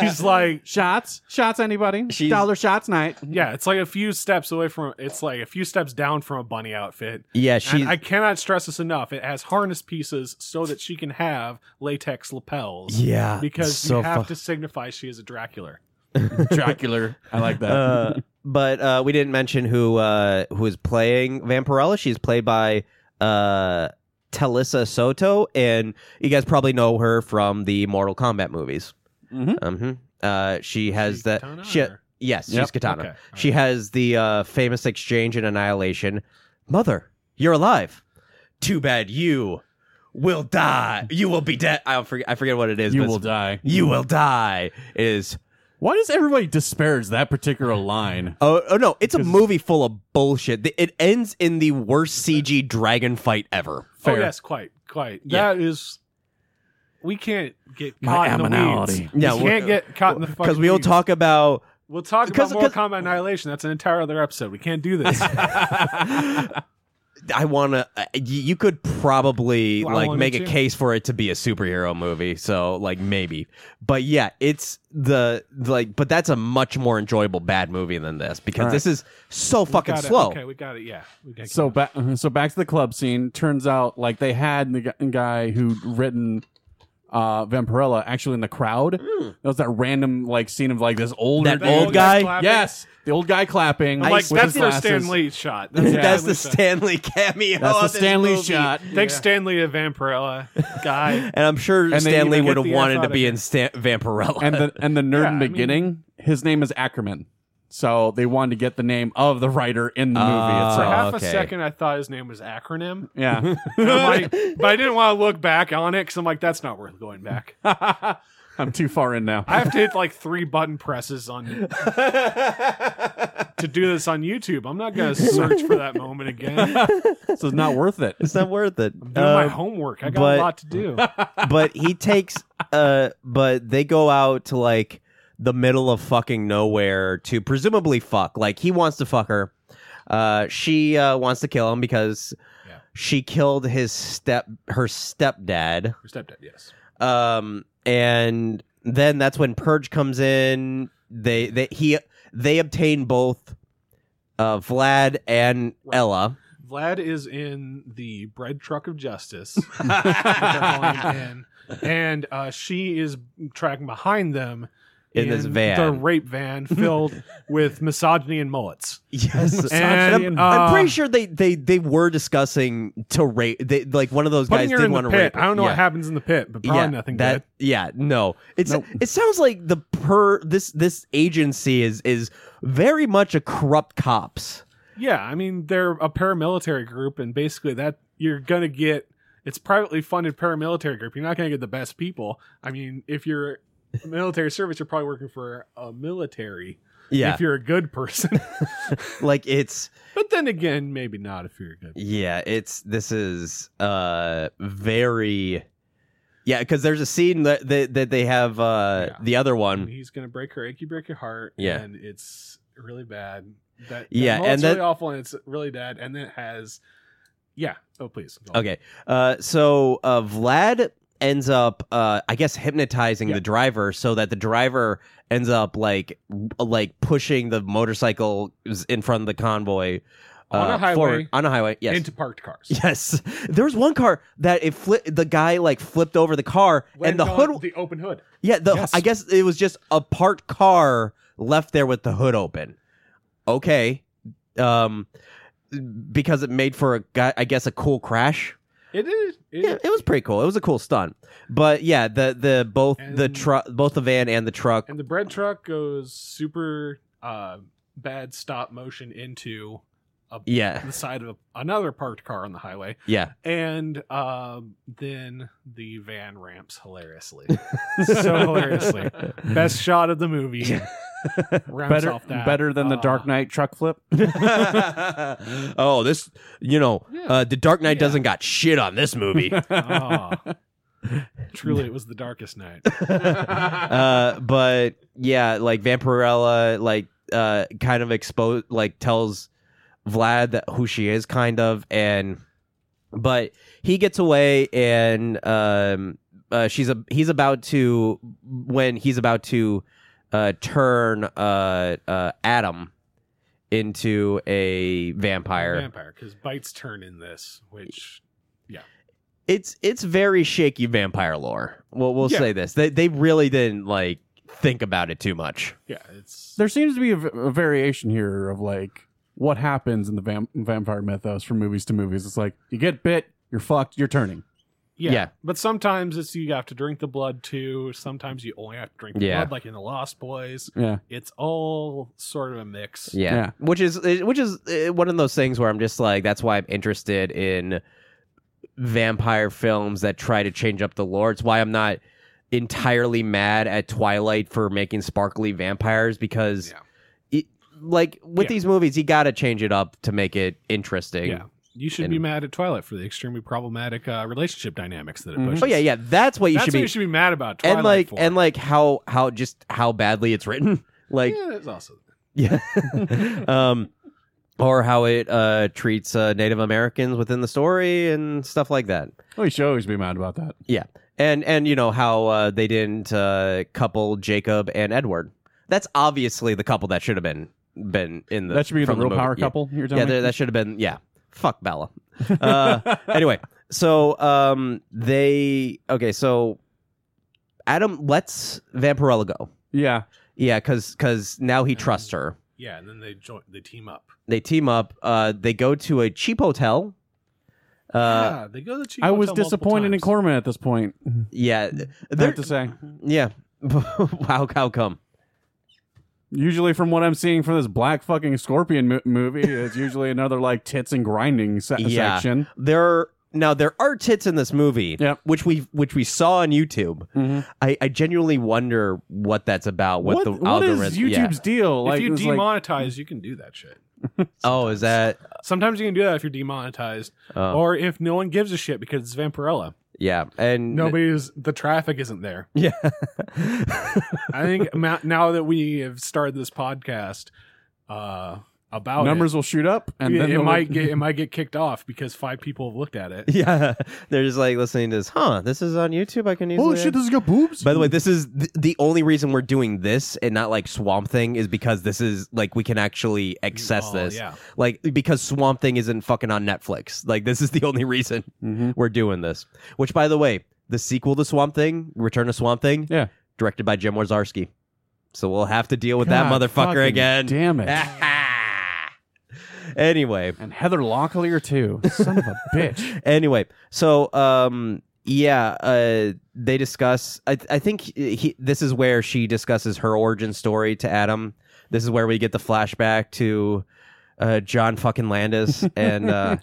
She's like,
shots, shots. Anybody?
She's-
Dollar shots night.
yeah, it's like a few steps away from. It's like a few steps down from a bunny outfit.
yeah she
and I cannot stress this enough. It has harness pieces so that she can have latex lapels.
yeah
Because
so
you have
fuck-
to signify she is a Dracula. Oh,
Dracula. I like that.
Uh, but uh, we didn't mention who uh, who is playing Vampirella. She's played by uh, Talissa Soto, and you guys probably know her from the Mortal Kombat movies.
Mhm.
Mhm. Uh, she has
She's
that.
Katana,
she-
or-
yes,
Yep.
she's Katana.
Okay, all
She has the uh, famous exchange in Annihilation. Mother, you're alive. Too bad you will die. You will be dead. I forget. I forget what it is.
you
but
will
it's-
die.
You will die. It is
Why does everybody disparage that particular line?
Oh, oh no, it's a
'Cause-
movie full of bullshit. The- It ends in the worst CG dragon fight ever.
Oh
Fair.
yes, quite, quite.
Yeah.
That is, we can't get
My
caught in the
aminality.
weeds.
Yeah,
we
we're-
can't get caught in the fucking.
Because we will
weeds.
talk about
We'll talk
'cause-
about Mortal
'cause-
Kombat Annihilation. That's an entire other episode. We can't do this.
I want to. Uh, y- you could probably
Well, I
like
wanted
make a
to.
case for it to be a superhero movie. So like maybe, but yeah, it's the like. But that's a much more enjoyable bad movie than this because
Alright.
this is so fucking
Got it.
slow.
Okay, we got it. Yeah. We got it.
So back, so back to the club scene. Turns out, like they had the gu- guy who'd written uh, Vampirella actually in the crowd. That was that random like scene of like this old
That
That
old guy?
clapping?
Yes, the old guy clapping.
I'm like
with
that's
his
the
glasses.
Stanley shot.
Yeah.
That's the
Stan.
Stanley cameo.
That's the
of Oh, this
Stanley
movie.
shot.
Thanks, Stanley, a Vampirella guy.
And I'm sure
then
Stanley
you
would
get
have
the F
wanted
out
to
of
be
it.
in Stan- Vampirella.
And the and the nerd
Yeah,
in
I
the
mean-
beginning, his name is Ackerman. So they wanted to get the name of the writer in the
Ah.
movie
For
Oh,
itself.
half
okay.
a second, I thought his name was acronym.
Yeah.
And I'm like, but I didn't want to look back on it because I'm like, that's not worth going back.
I'm too far in now.
I have to hit like three button presses on to do this on YouTube. I'm not gonna search for that moment again. I'm doing
so it's not worth it.
it's not worth it.
my
Um,
homework. I got
but-
a lot to do.
but he takes uh but they go out to like the middle of fucking nowhere to presumably fuck. Like he wants to fuck her. Uh she uh wants to kill him because
Yeah.
she killed his step her stepdad.
Your stepdad, yes.
Um and then that's when Purge comes in. They they he they obtain both uh Vlad and Ella.
Vlad is in the bread truck of justice, and, and uh, she is tracking behind them
In this
the
van.
rape van filled with misogyny and mullets.
Yes,
And,
I'm, I'm
uh,
pretty sure they they they were discussing to rape. They, like one of those
Putting
guys
her
did
in the
want
pit.
to rape. her.
I don't know
Yeah.
what happens in the pit, but probably nothing
that,
good.
Yeah, no. It's it sounds like the per this this agency is is very much a corrupt cops.
Yeah, I mean they're a paramilitary group, and basically that you're gonna get it's privately funded paramilitary group. You're not gonna get the best people. I mean, if you're military service, you're probably working for a military.
Yeah,
If you're a good person,
like it's
but then again, maybe not if you're a good.
yeah, it's this is uh very yeah because there's a scene that that, that they have uh
Yeah.
the other
And
one
he's gonna break her achy, break your heart.
Yeah.
and it's really bad. That, that
Yeah,
mullet's
and that-
really awful, and it's really bad. And then it has, yeah. Oh please. go on.
Okay. Uh, so uh, Vlad ends up, uh, I guess, hypnotizing the driver so that the driver ends up like r- like pushing the motorcycle in front of the convoy
On a
uh,
highway.
forward- on a highway. Yes.
Into parked cars.
Yes, there was one car that it fli The guy like flipped over the car, and the
Landed on
hood.
the open hood.
yeah, the
Yes.
I guess it was just a parked car left there with the hood open. Okay, um, because it made for a guy, I guess, a cool crash
It is. It
yeah, it was pretty cool. It was a cool stunt. But yeah, the the both the
And-
truck, both the van and the truck.
and the bread truck goes super uh, bad stop motion into
Yeah,
the side of another parked car on the highway
yeah,
and um, then the van ramps hilariously so hilariously best shot of the movie ramps
Better,
off that
better than the
Uh,
Dark Knight truck flip.
oh, this you know, uh, the Dark Knight doesn't got shit on this movie.
ah. truly it was the darkest night
uh, but yeah, like Vampirella, like uh, kind of expose, like tells Vlad that who she is, kind of, and but he gets away, and um, uh, she's a he's about to when he's about to uh, turn uh, uh, Adam into a vampire.
vampire because bites turn in this which
it's it's very shaky vampire lore. Well, we'll
Yeah.
say this: they they really didn't like think about it too much.
yeah it's
There seems to be a, v- a variation here of like what happens in the vam- vampire mythos from movies to movies. It's like you get bit, you're fucked, you're turning.
Yeah.
Yeah.
But sometimes it's you have to drink the blood too. Sometimes you only have to drink the
Yeah.
blood, like in the Lost Boys.
Yeah,
It's all sort of a mix.
Yeah.
Yeah.
Which is uh, which is uh, one of those things where I'm just like that's why I'm interested in vampire films that try to change up the lore. It's why I'm not entirely mad at Twilight for making sparkly vampires because it, like with
Yeah.
these movies you got to change it up to make it interesting.
Yeah. You should
And-
be mad at Twilight for the extremely problematic uh, relationship dynamics that it
Mhm.
pushes.
Oh yeah, yeah, that's what you
That's
should
what
be
you should be mad about. Twilight
and like
for.
and like how how just how badly it's written. Like
yeah, that's also
Yeah. um, or how it uh, treats uh, Native Americans within the story and stuff like that.
well, you should always be mad about that.
And and you know how uh, they didn't uh, couple Jacob and Edward. That's obviously the couple that should have been been in the
that should be the
from
real
movie.
power
Yeah.
couple. You're
Yeah,
telling
there, that should have been yeah. Fuck Bella. Uh, anyway, so um, they okay, so Adam lets Vampirella go.
me? yeah.
Yeah, because because now he trusts her.
yeah. And then they join, they team up.
they team up. Uh, they go to a cheap hotel. Uh,
yeah, they go to the cheap
I was
hotel multiple
disappointed in
times.
Corman at this point.
yeah,
I
they're,
have to say,
yeah. wow, how come?
usually from what I'm seeing from this black fucking scorpion mo- movie, it's usually another like tits and grinding se-
Yeah.
section.
There are, now there are tits in this movie,
Yep.
which we which we saw on YouTube.
Mhm.
I, I genuinely wonder what that's about. What, the
what
algorithm?
is
yeah.
YouTube's deal?
If
Like,
you
it's like-
demonetize, you can do that shit.
Oh, is that?
Sometimes you can do that if you're demonetized,
Uh,
Oh.
or if no one gives a shit because it's Vampirella.
yeah, and
Nobody's the traffic isn't there.
Yeah,
I think ma- now that we have started this podcast, uh, about
Numbers
it.
will shoot up, and
Yeah,
then
it
they'll-
might get it might get kicked off because five people have looked at it.
Yeah, they're just like listening to this. Huh? This is on YouTube. I can easily.
Holy shit, this has got boobs.
By the way, this is th- the only reason we're doing this and not like Swamp Thing is because this is like we can actually access
Oh,
this.
yeah.
Like because Swamp Thing isn't fucking on Netflix. Like this is the only reason
Mm-hmm.
Mhm.
we're doing this. Which, by the way, the sequel to Swamp Thing, Return to Swamp Thing,
Yeah.
directed by Jim Warzarski. So we'll have to deal with
God
that motherfucker
fucking
again. Ah.
Damn it.
anyway,
and Heather Locklear too. Son of a bitch.
anyway, so um, yeah, uh, they discuss. I, I think he, he- this is where she discusses her origin story to Adam. This is where we get the flashback to uh, John fucking Landis and. Uh,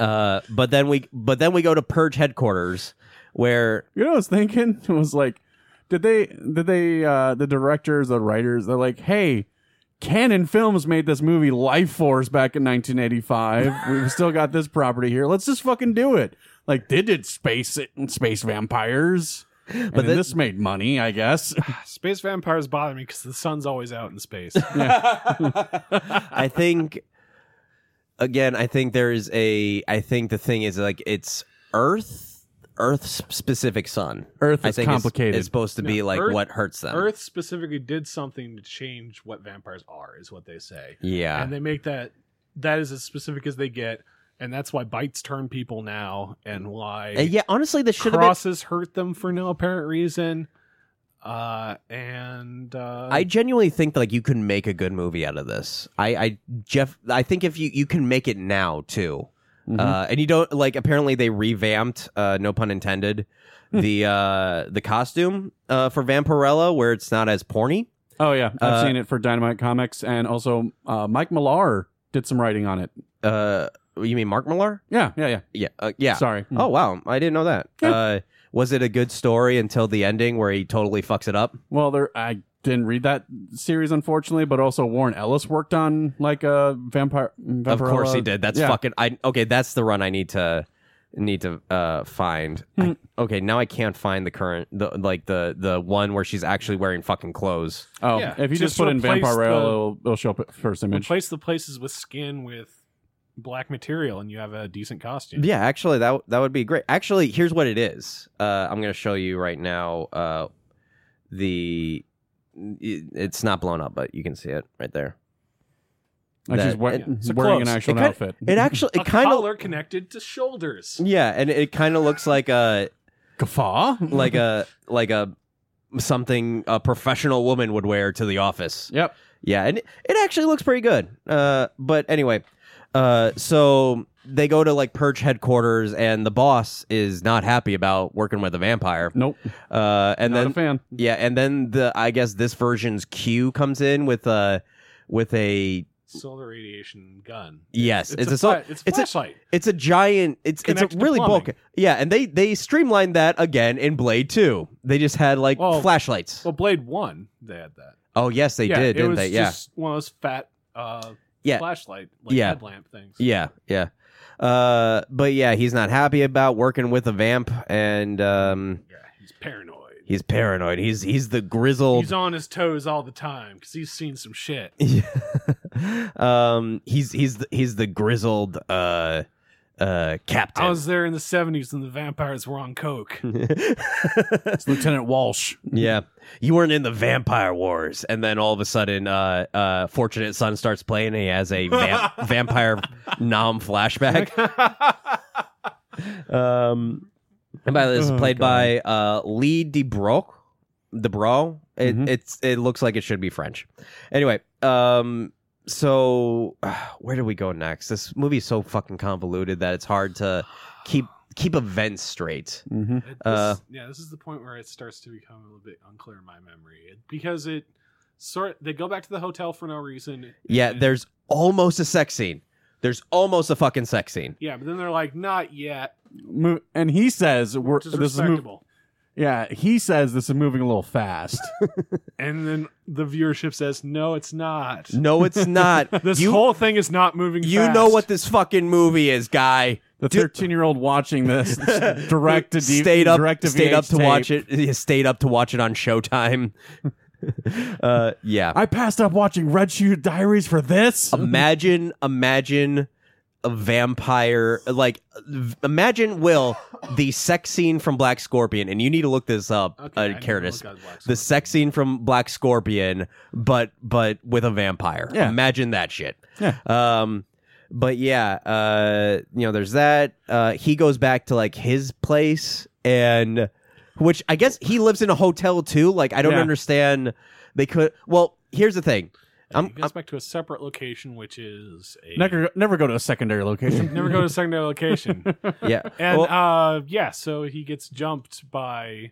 uh, but then we, but then we go to Purge headquarters, where
You know what I was thinking? It was like, did they, did they, uh, the directors, the writers, they're like, hey, Canon Films made this movie Life Force back in 1985. We've still got this property here. Let's just fucking do it. Like they did space it and space vampires, but
that-
this made money, I guess.
Space vampires bother me because the sun's always out in space.
I think again, I think there is a I think the thing is like it's Earth Earth specific sun.
Earth
I
is
think it's-
complicated.
It's, supposed to be
No,
like
Earth-
what hurts them.
Earth specifically did something to change what vampires are, is what they say.
Yeah.
and they make that that is as specific as they get, and that's why bites turn people now, and why
Mm. And Uh, yeah, honestly this should have been
crosses hurt them for no apparent reason. Uh, and uh,
I genuinely think like you can make a good movie out of this. I, I Jeff I think if you you can make it now too.
Mm-hmm.
Uh, and you don't like apparently they revamped uh, no pun intended the uh, the costume uh, for Vampirella where it's not as porny.
oh yeah, I've
Uh,
seen it for Dynamite Comics, and also uh, Mike Millar did some writing on it.
Uh, you mean Mark Millar?
Yeah, yeah, yeah.
Yeah, uh, yeah.
Sorry.
Oh wow, I didn't know that. Uh, was it a good story until the ending where he totally fucks it up?
Well, there I didn't read that series unfortunately, but also Warren Ellis worked on like a vampire.
Of course
Vampirella.
he did. That's
Yeah.
fucking. I okay. That's the run I need to need to uh find. I- okay, now I can't find the current the like the the one where she's actually wearing fucking clothes.
Oh,
Yeah.
if you just,
Just
put in
replace
vampire,
the-
it'll, it'll show up at first image.
replace the places with skin with black material, and you have a decent costume.
Yeah, actually that that would be great. Actually, here's what it is. Uh, I'm gonna show you right now. Uh, the it- it's not blown up, but you can see it right there.
like she's
that-
wear,
it-
it's a
wearing an
clothes.
actual
It kinda-
outfit.
It actually
a
it kind of
collar connected to shoulders.
yeah, and it kind of looks like a
Guffaw.
like a like a something a professional woman would wear to the office.
Yep.
Yeah, and it actually looks pretty good. Uh, but anyway, uh, so they go to like Purge headquarters, and the boss is not happy about working with a vampire.
Nope.
Uh, and
Not
then
a fan.
yeah, and then the I guess this version's Q comes in with a with a
Solar radiation gun.
yes, it's, a, so,
fla- it's a
it's a
flashlight.
it's a giant. It's
Connected
it's a
to
really
plumbing.
bulky. Yeah, and they they streamlined that again in Blade Two. They just had like
Well-
flashlights.
well, Blade One, they had that.
oh yes, they
yeah,
did,
it
didn't
was
they? Yeah,
Just one of those fat uh,
Yeah.
flashlight, like
Yeah.
headlamp things.
yeah, yeah. Uh, but yeah, he's not happy about working with a vamp, and um,
Yeah, he's paranoid.
he's paranoid. He's he's the grizzled.
He's on his toes all the time because he's seen some shit.
um, he's he's the, he's the grizzled uh uh captain.
I was there in the '70s when the vampires were on coke.
It's Lieutenant Walsh.
Yeah. You weren't in the Vampire Wars. And then all of a sudden, uh, uh, Fortunate Son starts playing and he has a vamp- vampire nom flashback. um, and by the way, this is
Oh,
played
God.
by uh, Lee DeBrock. DeBro. It,
Mhm.
it's, it looks like it should be French. Anyway, um, so uh, where do we go next? This movie is so fucking convoluted that it's hard to keep keep events straight.
Mm-hmm.
It- this-
Uh,
yeah, this is the point where it starts to become a little bit unclear in my memory It- because it sort they go back to the hotel for no reason.
Yeah,
and-
there's almost a sex scene. There's almost a fucking sex scene.
yeah, but then they're like, not yet,
Mo- and he says, "We're
which is
this is mov-
respectable.
yeah." He says this is moving a little fast.
and then the viewership says, no, it's not.
No, it's not.
This
you
whole thing is not moving.
you
fast.
know what this fucking movie is, guy.
The thirteen-year-old watching this direct to D-
stayed up,
direct to
stayed up
VH
to watch
tape.
it. Stayed up to watch it on Showtime. uh, yeah.
I passed up watching Red Shoe Diaries for this.
imagine imagine a vampire like v- imagine will the sex scene from black scorpion and you need to look this up
Okay, I
uh,
didn't
Curtis.
look at Black
the
Swan.
sex scene from black scorpion but but with a vampire
Yeah.
imagine that shit
Yeah.
um but yeah uh you know there's that uh he goes back to like his place and which i guess he lives in a hotel too like i don't
Yeah.
understand they could well here's the thing
I'm,
I'm,
he goes back to a separate location, which is a
Never, never go to a secondary location.
never go to a secondary location.
yeah
And
Well-
uh, yeah, so he gets jumped by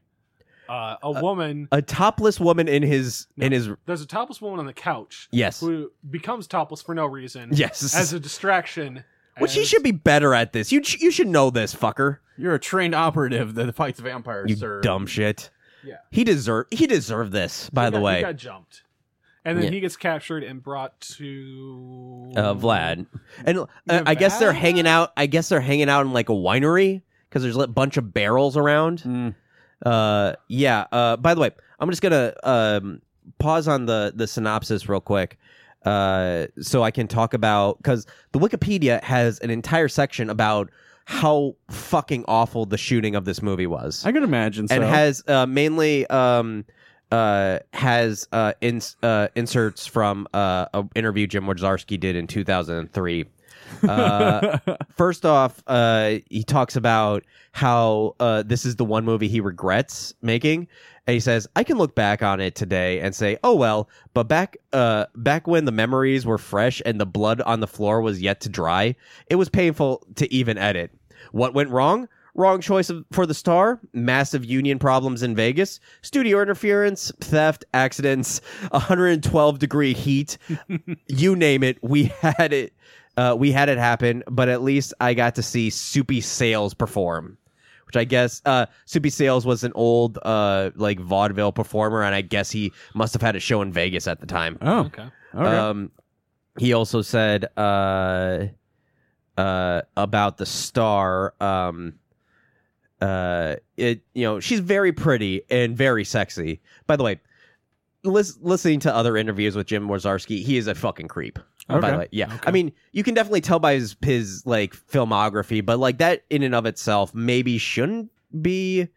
uh, a woman.
a topless woman in his in his
There's a topless woman on the couch
yes
who becomes topless for no reason.
yes
as a distraction.
which he
and-
should be better at this you sh- you should know this fucker
You're a trained operative that fights vampires,
you
sir.
dumb shit
Yeah.
he deserved he deserved this by
he
the
got-
way
he got jumped, and then
Yeah.
he gets captured and brought to
uh, Vlad and uh, I guess they're
Nevada?
hanging out I guess they're hanging out in like a winery because there's a bunch of barrels around
Mm.
Uh, yeah. Uh, by the way, I'm just gonna um pause on the the synopsis real quick, uh, so I can talk about because the Wikipedia has an entire section about how fucking awful the shooting of this movie was,
I could imagine. So.
and has uh, mainly um. Uh, has uh, ins- uh, inserts from uh, an interview Jim Wojcicki did in 2003. Uh, first off, uh, he talks about how uh, this is the one movie he regrets making, and he says, "I can look back on it today and say, oh well, but back uh, back when the memories were fresh and the blood on the floor was yet to dry, it was painful to even edit. What went wrong?" Wrong choice of, for the star, massive union problems in Vegas, studio interference, theft, accidents, 112 degree heat, you name it, we had it. Uh, we had it happen, but at least I got to see Soupy Sales perform, which I guess uh, Soupy Sales was an old uh, like vaudeville performer, and I guess he must have had a show in Vegas at the time.
oh, okay.
Okay.
Um, he also said uh, uh, about the star. Um, uh, it you know she's very pretty and very sexy. By the way, lis- listening to other interviews with Jim Wazarski, he is a fucking creep. Oh, By
Okay.
the way, yeah. I mean, you can definitely tell by his his like filmography, but like that in and of itself maybe shouldn't be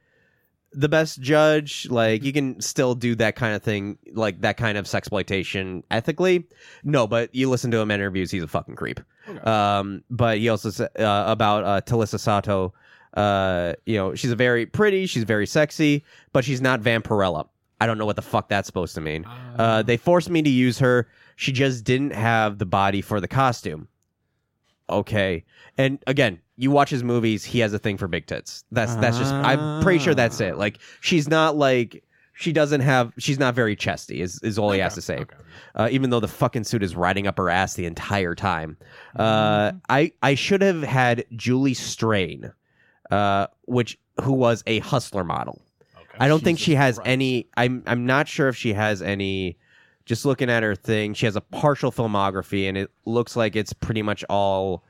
the best judge. Like you can still do that kind of thing, like that kind of sexploitation ethically. No, but you listen to him in interviews, he's a fucking creep. Um, but he also said uh, about uh, Talissa Sato. Uh, you know, she's a very pretty, she's very sexy, but she's not Vampirella. I don't know what the fuck that's supposed to mean. Uh, they forced me to use her. She just didn't have the body for the costume. Okay. And again, you watch his movies, he has a thing for big tits. That's that's just I'm pretty sure that's it. Like she's not like she doesn't have she's not very chesty is, is all he has to say. Uh, even though the fucking suit is riding up her ass the entire time. Uh, I I should have had Julie Strain, uh, which who was a hustler model. I don't think she has any. I'm I'm not sure if she has any. Just looking at her thing, she has a partial filmography, and it looks like it's pretty much all.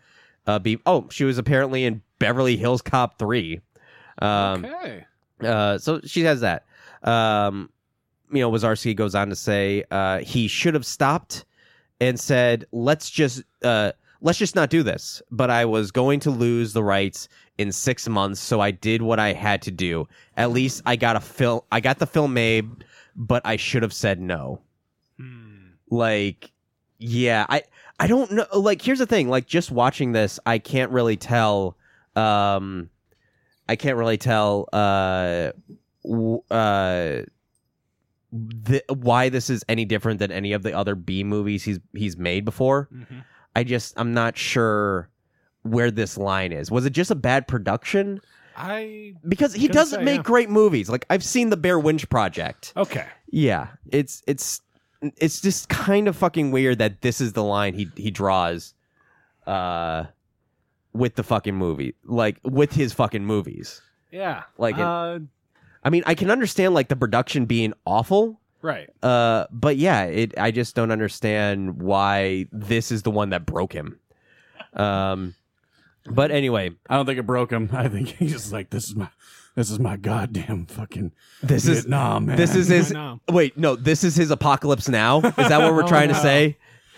Uh, be oh, she was apparently in Beverly Hills Cop three. Um,
okay.
uh, so she has that. Um, you know, Wazarski goes on to say uh, he should have stopped and said, "Let's just uh, let's just not do this." But I was going to lose the rights in six months, so I did what I had to do. At least I got a film. I got the film made, but I should have said no.
Hmm.
Like, yeah, I I don't know. Like, here's the thing. Like, just watching this, I can't really tell. Um, I can't really tell uh, w- uh, th- why this is any different than any of the other B movies he's he's made before.
Mhm.
I just I'm not sure where this line is. Was it just a bad production?
I
Because he
Couldn't
doesn't
say,
make
yeah.
great movies. Like I've seen the Bear Winch Project.
okay.
Yeah, it's it's it's just kind of fucking weird that this is the line he he draws, uh, with the fucking movie, like with his fucking movies.
Yeah.
Like it-
uh,
I mean, I can understand like the production being awful,
right.
uh, but yeah, it I just don't understand why this is the one that broke him. Um, But anyway,
I don't think it broke him. I think he's just like, this is my, this is my goddamn fucking
this is
Vietnam, man.
this is his.
Vietnam.
Wait, no, this is his apocalypse now. Is that what we're trying to say?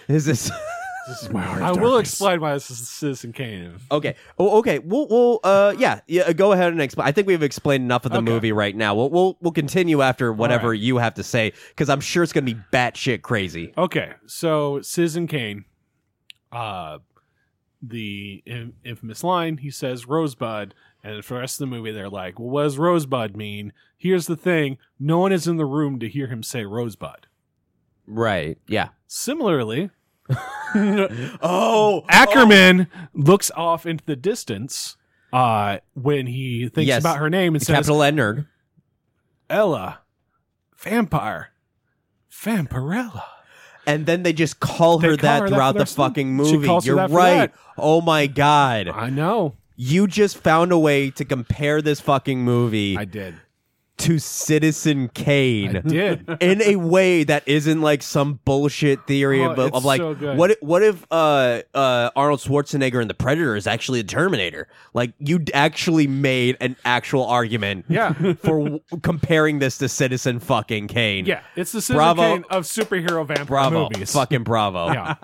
Is this
this is my heart. of
I will
darkness.
explain why this is Citizen Kane.
okay? Oh, okay. We'll, we'll uh, yeah, yeah. Go ahead and explain. I think we've explained enough of the movie right now. We'll, we'll we'll continue after whatever you have to say because I'm sure it's gonna be batshit crazy.
Okay, so Citizen Kane, uh, the in- infamous line he says Rosebud, and for the rest of the movie they're like, well, what does Rosebud mean? Here's the thing: no one is in the room to hear him say Rosebud.
Right. Yeah.
Similarly,
Oh.
Ackerman looks off into the distance uh, when he thinks
Yes.
about her name and says,
Capital N nerd.
Ella, vampire, vampirella.
And then they just call
They
her
call
that
her that
throughout
for the
the
rest of the-
fucking
she
movie.
calls her
You're
that for
right.
that.
Oh my god.
I know.
You just found a way to compare this fucking movie
I did.
to Citizen Kane.
I did.
in a way that isn't like some bullshit theory
Oh,
of, of
it's
like
so good.
what if, what if uh, uh, Arnold Schwarzenegger in The Predator is actually a Terminator? Like you d- actually made an actual argument
Yeah.
for w- comparing this to Citizen fucking Kane.
Yeah, it's the Citizen
Bravo.
Kane of superhero vampire
Bravo,
movies.
fucking bravo!
Yeah.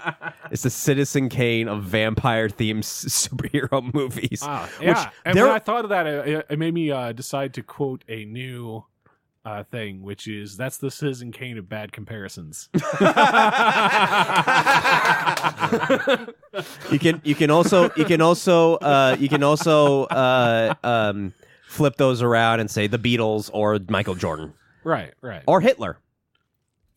It's the Citizen Kane of vampire themed superhero movies.
Ah,
Which
yeah. and
there-
when I thought of that, it, it made me uh, decide to quote a new uh, thing, which is that's the Citizen Kane of bad comparisons.
you can you can also you can also uh, you can also uh, um, flip those around and say the Beatles or Michael Jordan
right, right.
or Hitler.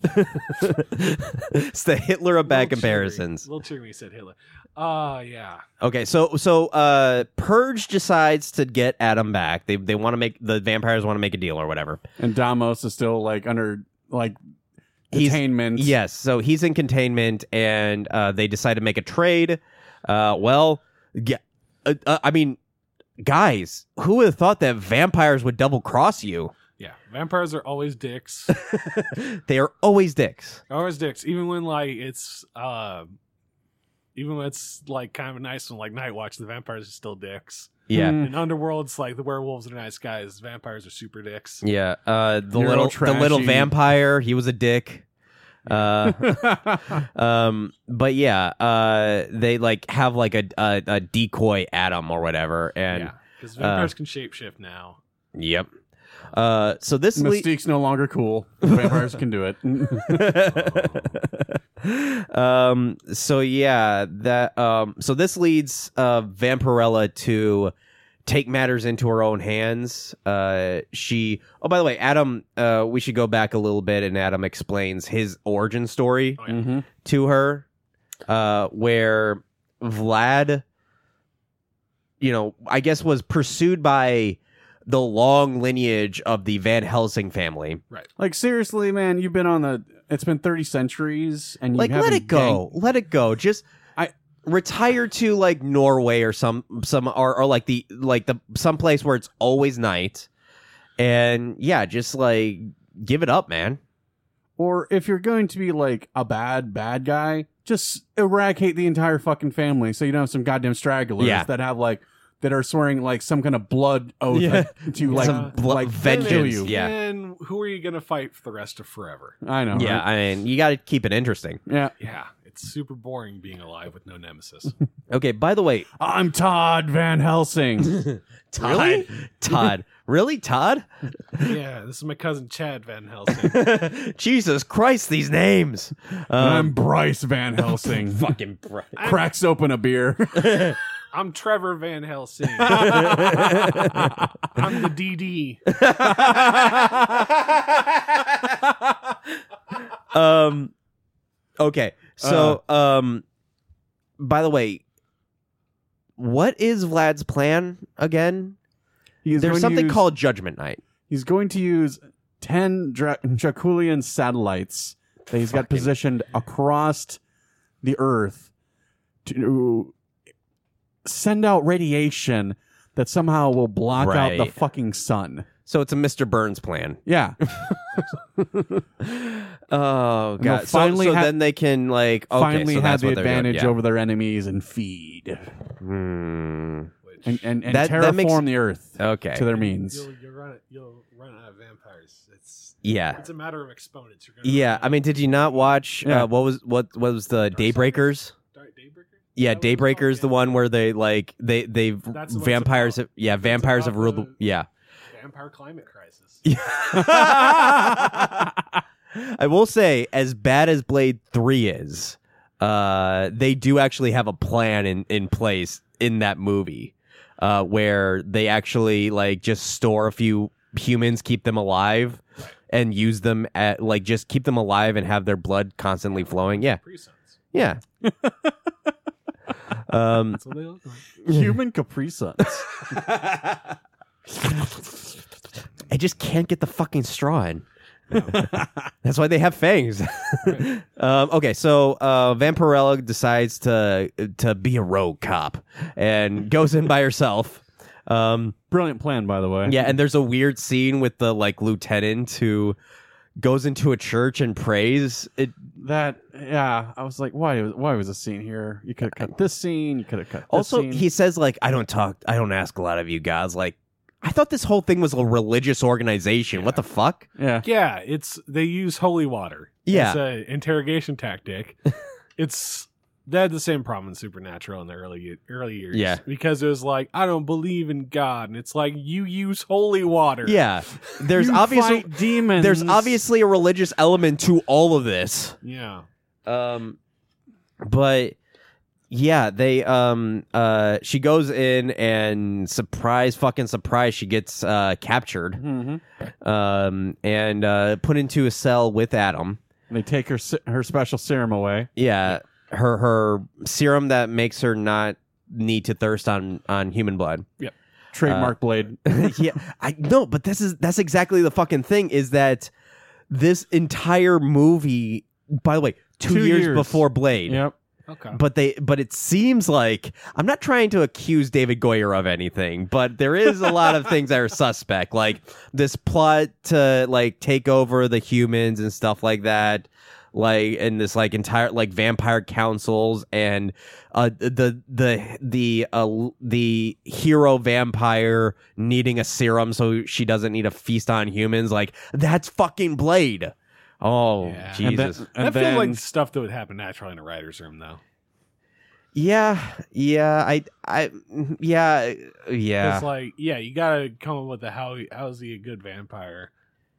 it's the Hitler of bad comparisons.
Little Cheery said Hitler. Ah, yeah.
Okay, so so uh, Purge decides to get Adam back. They they want to make the vampires want to make a deal or whatever.
And Damos is still like under like
He's-
detainment.
Yes, so he's in containment, and uh, they decide to make a trade. Uh, well, yeah, uh, uh, I mean, guys, who would have thought that vampires would double cross you?
Yeah. Vampires are always dicks.
They are always dicks.
always dicks. Even when like it's uh even when it's like kind of nice and like Night Watch, the vampires are still dicks.
Yeah,
Mm.
In Underworld's like the werewolves are nice guys, vampires are super dicks.
yeah. Uh, the
You're
little
all
the little
trashy.
vampire, he was a dick. Uh, um, but yeah, uh, they like have like a a, a decoy Adam or whatever, and
Because
Uh.
vampires can shapeshift now.
yep. Uh, so this le-
Mystique's no longer cool. Vampires can do it.
Oh, um so yeah that um so this leads uh vampirella to take matters into her own hands uh she oh by the way adam uh we should go back a little bit and adam explains his origin story
Oh, yeah.
hmm
to her uh where vlad you know i guess was pursued by the long lineage of the van helsing family
Like seriously, man, you've been on the. It's been thirty centuries, and you
like let
haven't
it go let it go just
I-
retire to like norway or some some or, or like the like the some place where it's always night and yeah just like give it up man
Or if you're going to be like a bad bad guy, just eradicate the entire fucking family, so you don't have some goddamn stragglers
Yeah.
that have like that are swearing like some kind of blood oath
Yeah.
to like
Some
blo-
like
vengeance.
kill you.
Yeah.
And who are you gonna fight for the rest of forever?
I know.
yeah
right?
i mean you gotta keep it interesting
yeah.
Yeah. It's super boring being alive with no nemesis.
okay by the way
I'm Todd Van Helsing.
todd todd really todd
yeah, this is my cousin Chad Van Helsing.
jesus christ these names
And
um,
I'm Bryce Van Helsing.
fucking bright
Cracks open a beer.
I'm Trevor Van Helsing. I'm the DD.
um okay so
Uh-huh.
um by the way what is vlad's plan again
He's going
there's
to
something
use-
called judgment night
He's going to use ten Dra- Draculian satellites that he's got
Fucking-
positioned across the Earth to send out radiation that somehow will block out the
Right.
fucking sun.
so it's a mr burns plan
Yeah,
oh god
they'll
finally
finally
so,
ha-
then they can like okay,
finally
so
have
that's
the
what they're doing,
advantage
yeah.
over their enemies and feed.
Hmm.
and and, and
That-
terraform
that makes-
the earth
Okay.
to their means.
You'll, you'll run You'll run out of vampires. It's
Yeah.
it's a matter of exponents. You're gonna
Yeah. I mean, did you not watch
Yeah.
uh, what was what, what was the Daybreakers?
Dark Daybreaker.
Yeah,
Is that what it's
Daybreakers, the
called?
one where they like they they
That's the one it's
vampires.
about.
Have, yeah, vampires have
about
ruled.
the-
The, yeah.
Yeah. Vampire climate crisis.
I will say, as bad as Blade Three is, uh, they do actually have a plan in in place in that movie, uh, where they actually like just store a few humans, keep them alive, and use them at like just keep them alive and have their blood constantly flowing. Yeah,
Presons.
yeah. um,
That's what they look like.
Human Capri Suns.
I just can't get the fucking straw in. That's why they have fangs. um, okay, so uh, Vampirella decides to to be a rogue cop and goes in by herself. Um,
Brilliant plan, by the way.
yeah, and there's a weird scene with the like lieutenant who goes into a church and prays. It,
That yeah, I was like, why? Why was a scene here? You could have cut this scene. You could have cut. This
also,
scene.
he says like, "I don't talk. I don't ask a lot of you guys." Like, I thought this whole thing was a religious organization. What the fuck?
yeah.
Yeah, it's they use holy water.
Yeah.
It's an interrogation tactic. it's they had the same problem in Supernatural in the early early years.
Yeah.
Because it was like, I don't believe in God. And it's like you use holy water.
Yeah, there's
You
obviously
fight demons.
there's obviously a religious element to all of this.
Yeah.
Um, but yeah, they um uh she goes in and surprise fucking surprise she gets uh captured
Mhm.
um and uh put into a cell with Adam.
And they take her se- her special serum away.
Yeah, her her serum that makes her not need to thirst on on human blood.
Trademark blade.
yeah, I no, but this is that's exactly the fucking thing is that this entire movie by the way, 2,
Two
years,
years.
before Blade.
Yep.
Okay.
but they but it seems like I'm not trying to accuse David Goyer of anything, but there is a lot of things that are suspect, like this plot to like take over the humans and stuff like that. Like and this like entire like vampire councils and uh the the the uh, the hero vampire needing a serum so she doesn't need to feast on humans like that's fucking Blade. Oh
Yeah.
Jesus!
And
that
then, and
feels
then
like stuff that would happen naturally in a writer's room though.
Yeah, yeah, I, I, yeah, yeah,
It's like, yeah, you gotta come up with a how how's he a good vampire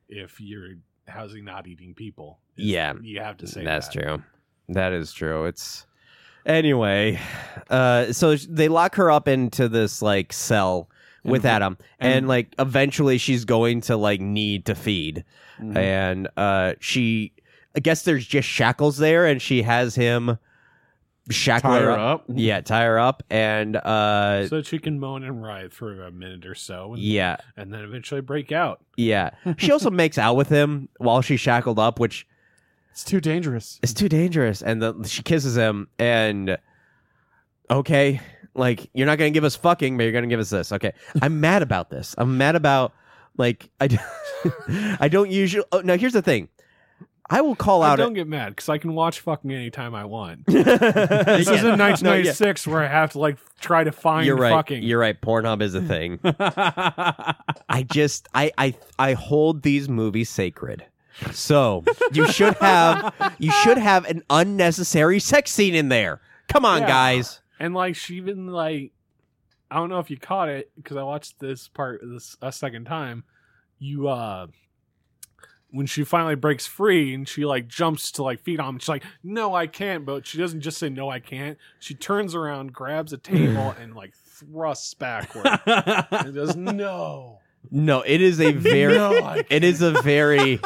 if you're how's he not eating people?
yeah.
You have to say
That's
that.
true. That is true. It's anyway. Uh, so sh- they lock her up into this like cell with Adam, and,
and-
like eventually she's going to like need to feed,
Mhm.
and uh, she, I guess there's just shackles there, and she has him shackle
tie her
up.
up.
Yeah, tie her up, and uh,
So that she can moan and writhe for a minute or so, and,
yeah,
and then eventually break out.
yeah. She also makes out with him while she's shackled up, which
It's too dangerous.
it's too dangerous and the, she kisses him and okay like you're not gonna give us fucking but you're gonna give us this okay i'm mad about this i'm mad about like i, d- I don't usually oh, now here's the thing i will call
I
out
don't get mad because I can watch fucking anytime I want.
this
This isn't 1996 where I have to like try to find
you're right
fucking.
you're right pornhub is a thing i just I, I i hold these movies sacred so you should have you should have an unnecessary sex scene in there come on
Yeah.
guys
and like she even like, I don't know if you caught it because I watched this part this a second time. You uh, when she finally breaks free and she like jumps to like feed on him, she's like, "No, I can't!" But she doesn't just say, "No, I can't." She turns around, grabs a table, and like thrusts backward. and does no.
No, it is a very
No, I
it is a very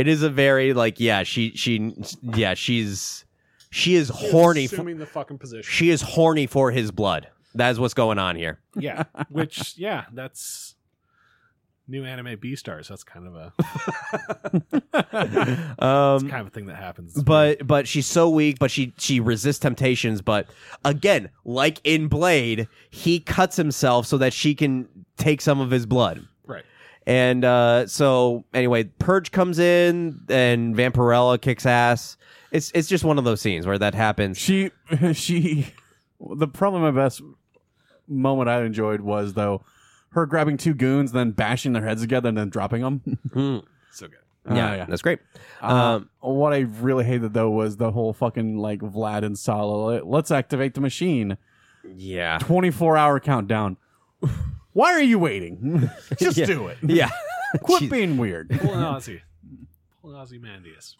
it is a very like yeah, she she yeah, she's she is horny for,
assuming the fucking position.
she is horny for his blood. That's what's going on here.
Yeah, which yeah, that's new anime B stars. That's kind of a
Um
kind of a thing that happens.
but but she's so weak but she she resists temptations but again like in blade he cuts himself so that she can take some of his blood
Right.
and uh so anyway purge comes in and vampirella kicks ass it's it's just one of those scenes where that happens
She she the problem of us moment I enjoyed was though her grabbing two goons, then bashing their heads together, and then dropping them.
Hmm.
So good.
yeah,
yeah.
that's great.
Um, what I really hated though was the whole fucking like Vlad and Sala. Let's activate the machine.
Yeah,
Twenty four hour countdown. Why are you waiting? Just
Yeah.
do it.
yeah.
Quit
Jeez.
being weird.
Pull an Aussie. Pull an Aussie Mandius.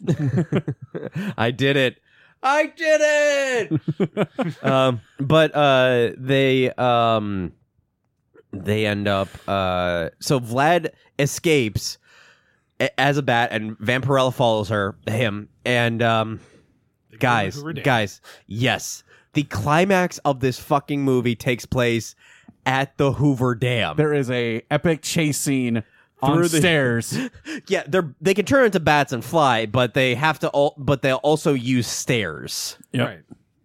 I did it. I did it. um, but uh, they um, they end up uh, so Vlad escapes a- as a bat, and Vampirella follows her him. And um,
They
guys,
were down.
guys, yes, the climax of this fucking movie takes place at the Hoover Dam.
There is a epic chase scene on
Through the-
stairs.
yeah, they're they can turn into bats and fly, but they have to. All, but they also use stairs.
Yep.
Right.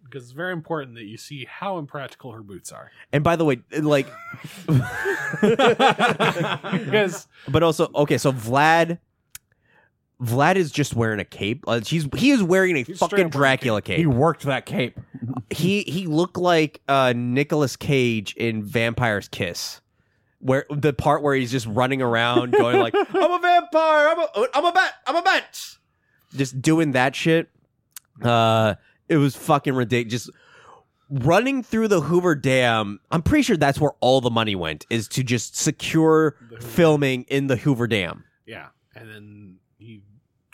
Because it's very important that you see how impractical her boots are.
And by the way, like
Because
But also, okay, so Vlad, Vlad is just wearing a cape. Uh, she's he is wearing a
He's straight
fucking
up wearing a
Dracula cape.
He worked that cape.
He he looked like uh, Nicolas Cage in Vampire's Kiss, where the part where he's just running around going like, "I'm a vampire, I'm a I'm a bat, I'm a bat," just doing that shit. Uh, it was fucking ridiculous. Just running through the Hoover Dam. I'm pretty sure that's where all the money went is to just secure
The Hoover.
filming in the Hoover Dam.
yeah, and then he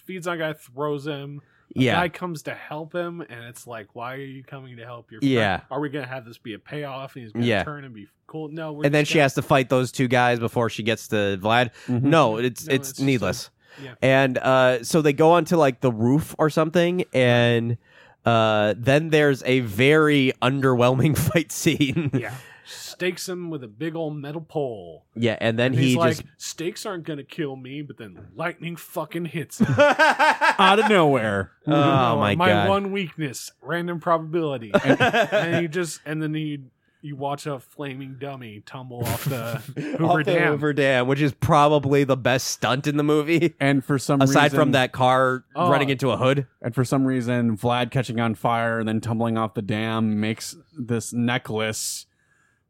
feeds on a guy, throws him. A
Yeah.
guy comes to help him, and it's like, why are you coming to help your? Friend?
Yeah.
Are we gonna have this be a payoff? And he's gonna
Yeah.
turn and be cool. No. We're
and then
just
she has to fight those two guys before she gets to Vlad. No, it's
No, it's
it's
just a-
needless.
yeah.
And uh, so they go onto like the roof or something, and uh, then there's a very underwhelming fight scene.
gonna- Yeah. Stakes him with a big old metal pole.
Yeah, and then
And
he
he's like,
just
stakes aren't gonna kill me, but then lightning fucking hits him.
Out of nowhere.
oh my, god,
one weakness, random probability, and, and you just and then you you watch a flaming dummy tumble off the Hoover
Off the
Dam.
Hoover Dam, which is probably the best stunt in the movie,
And for some
aside
reason,
from that car
Oh.
running into a hood.
and for some reason, Vlad catching on fire and then tumbling off the dam makes this necklace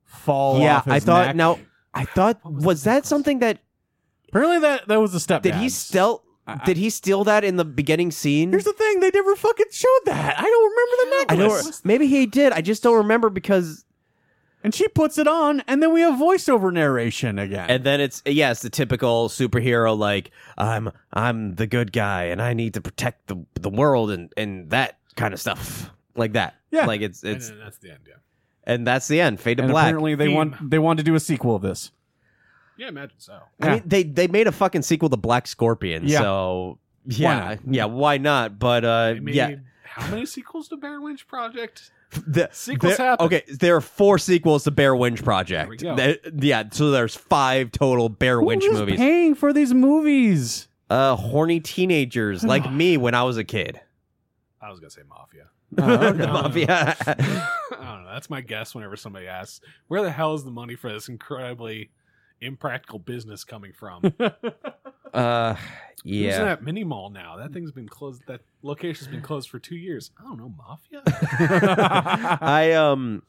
fall.
yeah,
off his
I thought
neck.
now. I thought
was
was, that something that
Apparently, that that was the step.
did he steal?
I-
Did he steal that in the beginning scene?
Here's the thing: they never fucking showed that. I don't remember the
I
necklace.
don't. Maybe he did. I just don't remember because.
and she puts it on, and then we have voiceover narration again.
And then it's yeah, it's the typical superhero like I'm I'm the good guy and I need to protect the the world and and that kind of stuff like that.
Yeah.
like it's
And uh,
it's
then that's the end. Yeah,
and that's the end. Fade to
And
black.
apparently, they
Theme.
want they want to do a sequel of this.
yeah, imagine so.
I mean, they they made a fucking sequel to Black Scorpion.
Yeah.
So yeah,
not?
yeah, why not? But uh,
They made
yeah,
how many sequels to Bear Lynch Project?
the,
Sequels
there-
happen.
Okay, there are four sequels to Bear Winch
we
Project.
go.
There- yeah, so there's five total Bear Winch
Who is
movies.
paying for these movies?
uh, horny teenagers like me when I was a kid.
I was gonna say Mafia.
Oh,
the mafia.
I don't know. That's my guess. Whenever somebody asks, where the hell is the money for this incredibly impractical business coming from?
uh,
Who's in
yeah.
that mini mall now? That thing's been closed. That location's been closed for two years. I don't know, Mafia.
I um,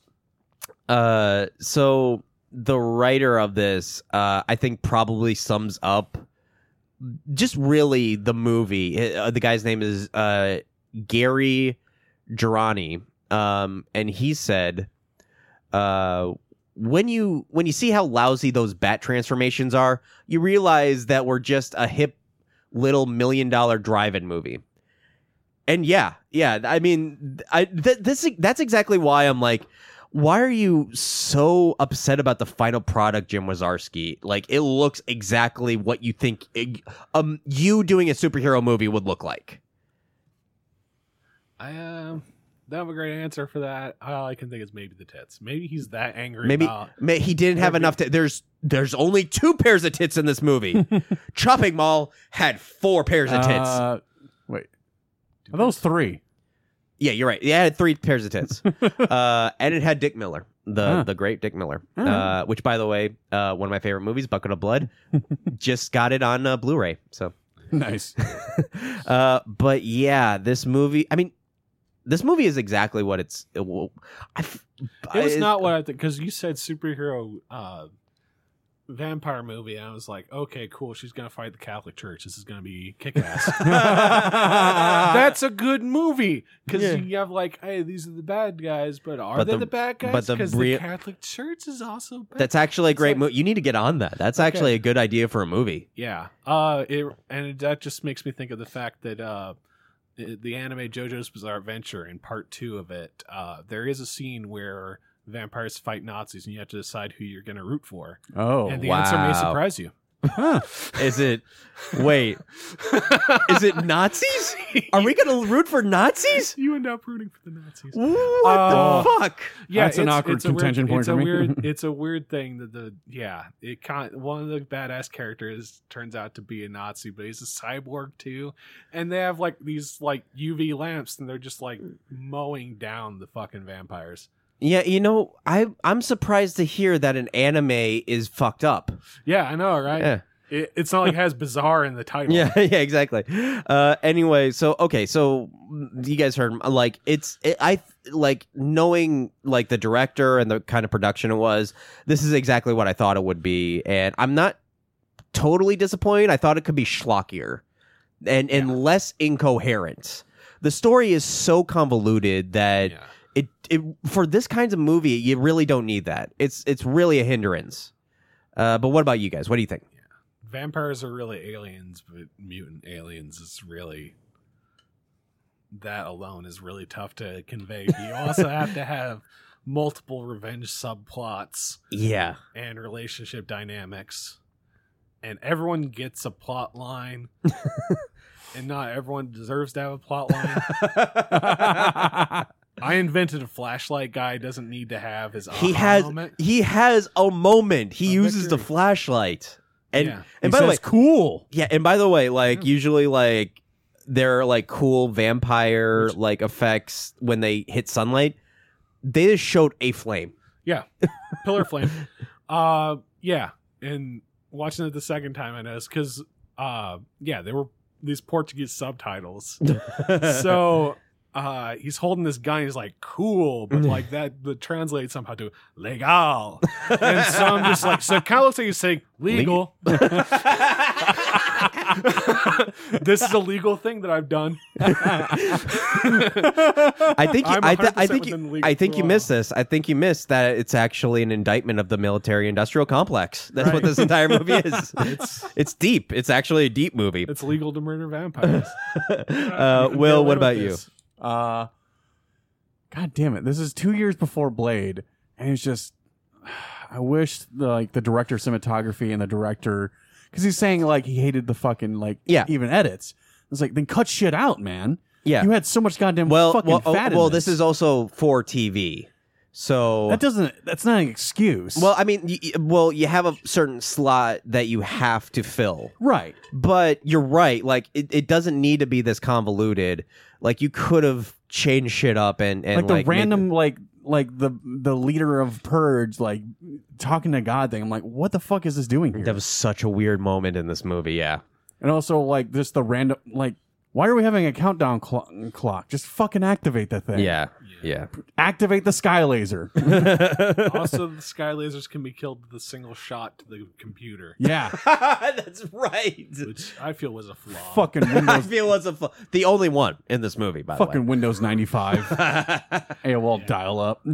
uh, so the writer of this, uh, I think probably sums up just really the movie. Uh, the guy's name is uh Gary Girani, um, and he said, uh. When you when you see how lousy those bat transformations are, you realize that we're just a hip little million dollar drive-in movie. And yeah, yeah, I mean, I th- this that's exactly why I'm like, why are you so upset about the final product, Jim Wazarski? Like, it looks exactly what you think it- um you doing a superhero movie would look like.
I um don't have a great answer for that. All I can think is maybe the tits. Maybe he's that angry.
Maybe
about,
ma- he didn't have
maybe-
enough. To, there's there's only two pairs of tits in this movie. Chopping Mall had four pairs of tits.
Uh, wait, are those three?
Yeah, you're right. Yeah, it had three pairs of tits, uh, and it had Dick Miller, the
Huh.
the great Dick Miller,
Huh.
uh, which, by the way, uh, one of my favorite movies, Bucket of Blood, just got it on uh, Blu-ray. So,
Nice.
uh, but yeah, this movie. I mean, This movie is exactly what it's. It, will- I, f-
It was
I- uh
not what I think because you said superhero uh, vampire movie, and I was like, okay, cool. She's gonna fight the Catholic Church. This is gonna be kick ass. That's a good movie because
Yeah.
you have like, hey, these are the bad guys, but are
But
they
the-
the, bad guys?
but the
Because
real-
the Catholic Church is also bad.
That's actually a great
like-
movie. You need to get on that. That's actually a good idea for a movie.
Yeah. Uh, it, and that just makes me think of the fact that uh, the the anime JoJo's Bizarre Adventure in part two of it, uh, there is a scene where vampires fight Nazis and you have to decide who you're going to root for.
Oh,
and the answer may
wow.
surprise you.
Is it? Wait, is it Nazis? Are we gonna root for Nazis?
You end up rooting for the Nazis.
Mm, What
Uh,
the fuck?
Yeah,
That's an
it's-
awkward
it's a weird-
contention point
it's
for
a
me.
Weird, it's a weird thing that the yeah, it kind one of the badass characters turns out to be a Nazi, but he's a cyborg too, and they have like these like UV lamps, and they're just like mowing down the fucking vampires.
Yeah, you know, I I'm surprised to hear that an anime is fucked up.
Yeah, I know, right?
Yeah.
It, it's not like it has bizarre in the title.
Yeah, yeah, exactly. Uh, anyway, so okay, so mm, you guys heard like it's it, I like knowing like the director and the kind of production it was. This is exactly what I thought it would be, and I'm not totally disappointed. I thought it could be schlockier and and less incoherent. The story is so convoluted that
Yeah.
it, it for this kinds of movie you really don't need that. It's it's really a hindrance. Uh, but what about you guys? What do you think?
Vampires are really aliens, but mutant aliens is really that alone is really tough to convey. You also have to have multiple revenge subplots.
Yeah,
and relationship dynamics and everyone gets a plot line and not everyone deserves to have a plot line i invented a flashlight guy doesn't need to have his
he
aha
has
moment.
he has a moment. He
A
uses the
victory.
flashlight, and
Yeah.
and by the way,
cool.
yeah, and by the way, like
Yeah.
usually like there are like cool vampire
Which-
like effects when they hit sunlight. They just showed a flame.
pillar flame uh yeah and watching it the second time i noticed because uh yeah there were these portuguese subtitles so uh he's holding this gun he's like cool but like that the translates somehow to legal and so i'm just like so kind of looks like he's saying legal this is a legal thing that i've done
I think you,
I'm
I, th- I
100%
think you,
within legal
I think you
law.
missed this. I think you missed that it's actually an indictment of the military-industrial complex. That's what
Right.
this entire movie is. it's it's deep. It's actually a deep movie.
it's legal to murder vampires
uh, Will, what about you?
Uh, God damn it! This is two years before Blade, and it's just I wish the, like the director of cinematography and the director because he's saying like he hated the fucking like
Yeah.
even edits. It's like then cut shit out, man.
Yeah.
You had so much goddamn
well,
fucking
well, oh,
fat. in
well, this is also for TV. So
that doesn't that's not an excuse.
well, I mean, y- y- well, you have a certain slot that you have to fill.
right.
But you're right. Like it, it doesn't need to be this convoluted. Like you could have changed shit up and and
like the
make-
random like like the the leader of purge like talking to god thing i'm like what the fuck is this doing here
That was such a weird moment in this movie. Yeah.
and also like just the random like why are we having a countdown clo- clock just fucking activate that thing
Yeah. Yeah.
activate the sky laser
also the sky lasers can be killed with a single shot to the computer
yeah
That's right.
which i feel was a flaw
fucking
I
windows
feel was a fu- the only one in this movie. By
fucking windows 95
the way.
aol dial up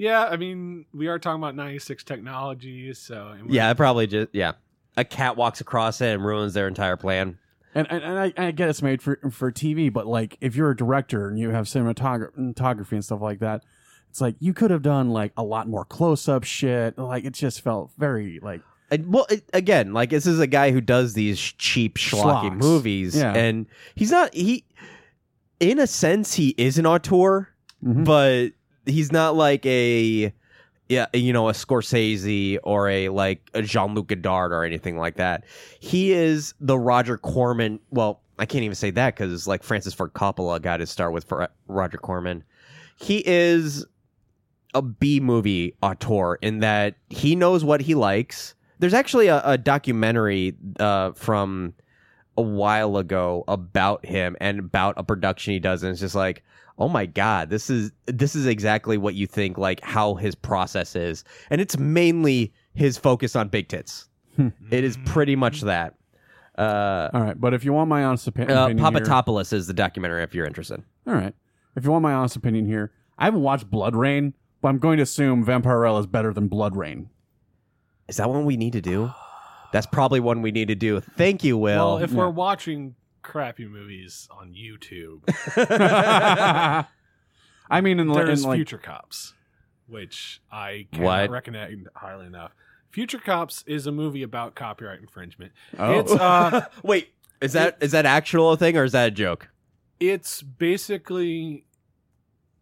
Yeah, I mean, we are talking about 96 technology, so and we're-
yeah. I probably just yeah. A cat walks across it and ruins their entire plan.
And and, and I, I get it's made for for TV, but like if you're a director and you have cinematogra- cinematography and stuff like that, it's like you could have done like a lot more close up shit. Like it just felt very like
And, well, it, again, like this is a guy who does these sh- cheap schlocky
Schlocks.
movies,
Yeah.
and he's not he. In a sense, he is an auteur,
Mhm.
but he's not like a yeah, you know, a Scorsese or a like a Jean Luc Godard or anything like that. He is the Roger Corman. Well, I can't even say that because like Francis Ford Coppola got his start with Fr- Roger Corman. He is a B movie auteur in that he knows what he likes. There's actually a, a documentary uh, from a while ago about him and about a production he does, and it's just like, oh my god, this is this is exactly what you think like how his process is, and it's mainly his focus on big tits.
Hmm.
it is pretty much that. Uh,
All right, but if you want my honest opi-
uh,
opinion, here-
Papadopoulos is the documentary if you're interested.
All right. If you want my honest opinion here, I haven't watched Blood Rain, but I'm going to assume Vampirella is better than Blood Rain.
Is that one we need to do? That's probably one we need to do. Thank you, Will.
Well, if we're watching crappy movies on YouTube,
I mean, in, in
there's
like,
Future Cops, which I cannot
What?
recommend highly enough. Future Cops is a movie about copyright infringement.
Oh.
It's uh,
Wait, is that is that actual thing or is that a joke?
it's basically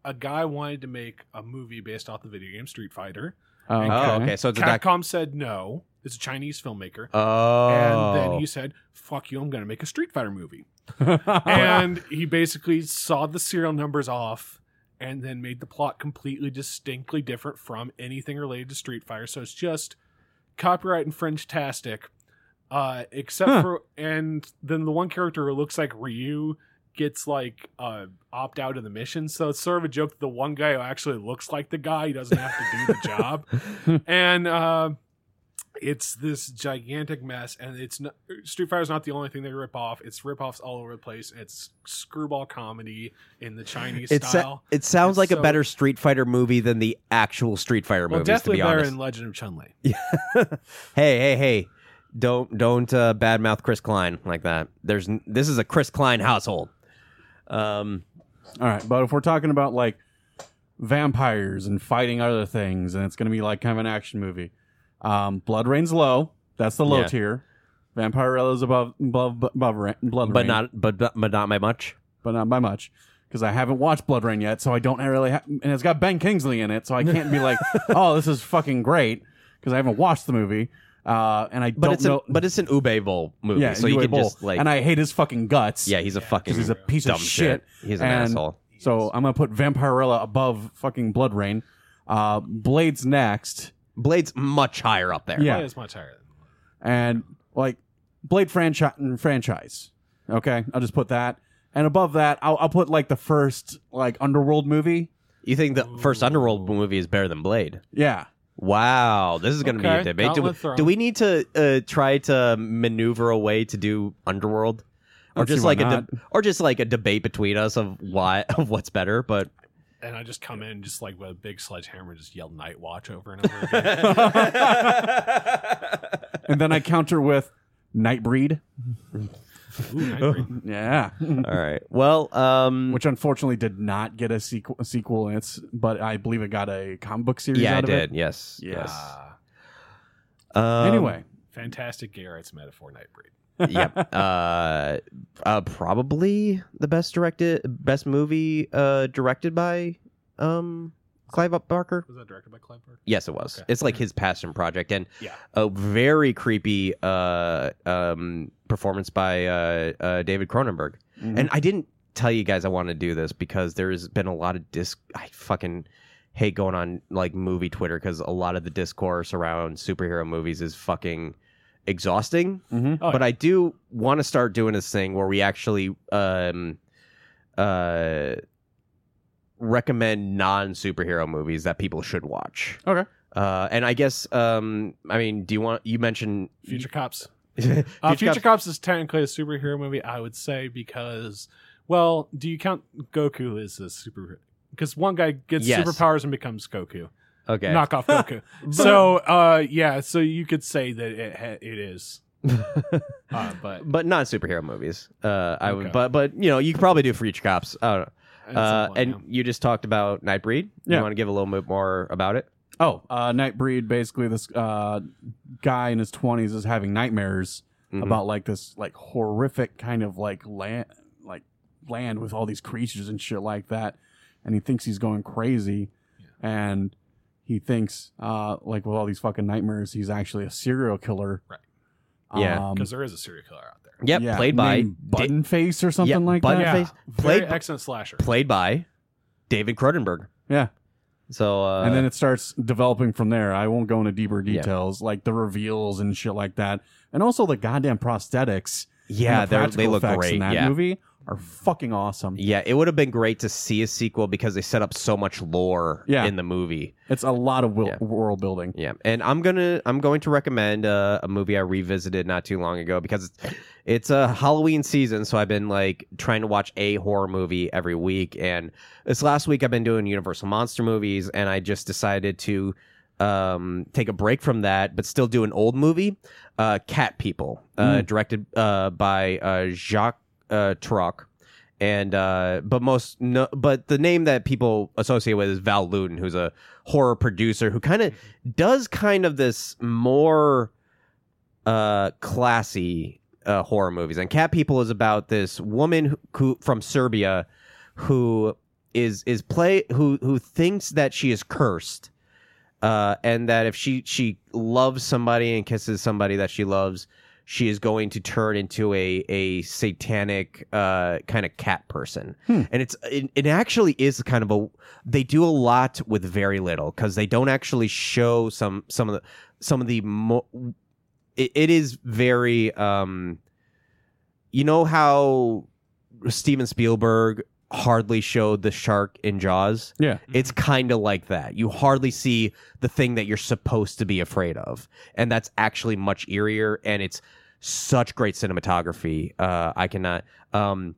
a guy wanted to make a movie based off the video game Street Fighter.
oh,
Okay.
Oh, okay. So it's a doc.
Capcom said no. It's a Chinese filmmaker.
Oh,
And then he said, "Fuck you! I'm going to make a Street Fighter movie."
Oh,
and he basically sawed the serial numbers off and then made the plot completely distinctly different from anything related to Street Fighter. So it's just copyright and French tastic. Uh, except
Huh.
for and then the one character who looks like Ryu gets like uh opt out of the mission. So it's sort of a joke that the one guy who actually looks like the guy he doesn't have to do the job. And uh it's this gigantic mess and it's not, Street Fighter's not the only thing they rip off. It's rip-offs all over the place. It's screwball comedy in the Chinese
It, sa-
style.
it sounds like a
So-
better Street Fighter movie than the actual Street Fighter
well,
movies, to
definitely
be
better
honest.
in Legend of Chun Li.
hey, hey, hey! Don't don't uh, badmouth Chris Klein like that. There's n- this is a Chris Klein household. Um,
All right, but if we're talking about like vampires and fighting other things, and it's going to be like kind of an action movie, um, Blood Rain's low. That's the low
Yeah.
tier. Vampirella's above above above ra- Blood
but
Rain,
not but but but not by much.
but not by much because I haven't watched Blood Rain yet, so I don't really. Ha- and it's got Ben Kingsley in it, so I can't be like, oh, this is fucking great because I haven't watched the movie, uh, and I
But
don't
it's
know.
an but it's an Ube Bowl movie,
yeah,
so you
Uwe
can
Boll.
just like
and I hate his fucking guts.
yeah, he's a fucking
'cause he's a piece of
dumb shit. He's an
And
asshole.
So I'm gonna put Vampirella above fucking Blood Rain. Uh, Blade's next,
Blade's much higher up there.
Yeah.
Yeah. It's much higher than
and like Blade franchise franchise. Okay, I'll just put that, and above that, I'll, I'll put like the first like Underworld movie.
You think the first Underworld movie is better than Blade?
Yeah,
Wow, this is going to
Okay,
be a debate. Do
gauntlet
we,
thrown.
do we need to uh, try to maneuver a way to do Underworld, or
Let's see
just
why
like a
not.
deb- or just like a debate between us of why of what's better? But
and I just come in just like with a big sledgehammer, and just yell "Night Watch" over and over again.
all
and then I counter with Nightbreed.
Ooh, Nightbreed.
Yeah,
right. Well, um,
which unfortunately did not get a sequel. A sequel, and it's but I believe it got a comic book series.
yeah, I
out of
did.
It.
Yes, yes.
Ah,
Um,
Anyway,
fantastic gay rights metaphor, Nightbreed.
yep. Uh, uh, probably the best directed, best movie uh, directed by um, Clive Barker.
Was that directed by Clive Barker?
Yes, it was.
Okay. Mm-hmm.
It's like his passion project, and
Yeah.
a very creepy uh, um, performance by uh, uh, David Cronenberg.
Mm-hmm.
Mhm.
And I didn't tell you guys I wanted to do this because there's been a lot of disc. I fucking hate going on like movie Twitter because a lot of the discourse around superhero movies is fucking exhausting.
Mhm.
Oh,
but I do want to start doing this thing where we actually um, uh, recommend non superhero movies that people should watch.
Okay.
Uh, and I guess um, I mean, do you want you mentioned
Future Cops.
Future
Uh, Future
Cops-
Cops is technically a superhero movie, I would say, because well, do you count Goku as a super? Because one guy gets
Yes.
superpowers and becomes Goku,
Okay.
knock off Goku. so, uh, yeah, so you could say that it ha- it is, uh, but
but not superhero movies. Uh, I would,
Okay.
but but you know, you could probably do Future Cops. I don't know.
it's
Uh,
one,
and
yeah.
you just talked about Nightbreed.
Yeah.
You want to give a little bit more about it?
Oh, uh, Nightbreed. Basically, this uh, guy in his twenties is having nightmares
Mhm.
about like this like horrific kind of like land, like land with all these creatures and shit like that, and he thinks he's going crazy, and he thinks uh, like with all these fucking nightmares, he's actually a serial killer.
Right.
Yeah.
because there is a serial killer out there.
Yep.
yeah,
played by
named
Da-
Buttonface or something
yeah,
like
Button
that.
Yeah.
Face.
Very
Played,
excellent slasher.
played by David Cronenberg.
Yeah.
So uh,
and then it starts developing from there. I won't go into deeper
Yeah.
details, like the reveals and shit like that, and also the goddamn prosthetics.
yeah,
and the
they're- they
practical
look
effects
great.
in that
yeah.
movie are fucking awesome.
Yeah, it would have been great to see a sequel because they set up so much lore
Yeah.
in the movie.
It's a lot of wil-
Yeah.
world building.
Yeah, and I'm gonna I'm going to recommend uh, a movie I revisited not too long ago because it's it's a Halloween season, so I've been like trying to watch a horror movie every week. And this last week I've been doing Universal monster movies, and I just decided to um, take a break from that, but still do an old movie, uh, Cat People, uh, directed uh, by uh, Jacques uh, Turok. And uh, but most no, but the name that people associate with is Val Luden, who's a horror producer who kind of does kind of this more uh classy uh horror movies and cat people is about this woman who, who from serbia who is is play who who thinks that she is cursed uh and that if she she loves somebody and kisses somebody that she loves she is going to turn into a a satanic uh kind of cat person and it's it, it actually is kind of a they do a lot with very little because they don't actually show some some of the some of the mo- it, it is very um you know how steven spielberg hardly showed the shark in jaws
Yeah.
it's kind of like that you hardly see the thing that you're supposed to be afraid of and that's actually much eerier and it's such great cinematography uh i cannot um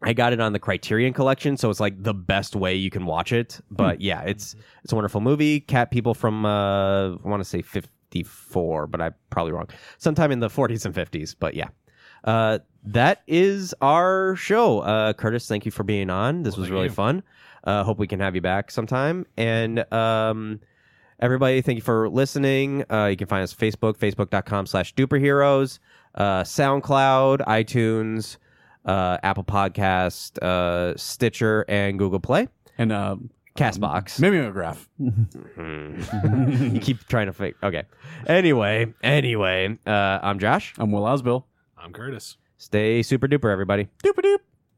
I got it on the Criterion Collection, so it's like the best way you can watch it. But yeah, it's it's a wonderful movie. Cat people from uh, I want to say fifty four, but I'm probably wrong. Sometime in the forties and fifties. But yeah, uh, that is our show. Uh, Curtis, thank you for being on. This was really fun. Uh, hope we can have you back sometime. And um, everybody, thank you for listening. Uh, you can find us Facebook, facebook.com slash duperheroes, uh, SoundCloud, iTunes, uh, Apple Podcast, uh, Stitcher, and Google Play.
And uh,
Castbox.
mimeograph.
Mm. you keep trying to fake. Okay. Anyway, anyway, uh, I'm Josh.
I'm Will Osbill.
I'm Curtis.
Stay super duper, everybody.
Doop doop.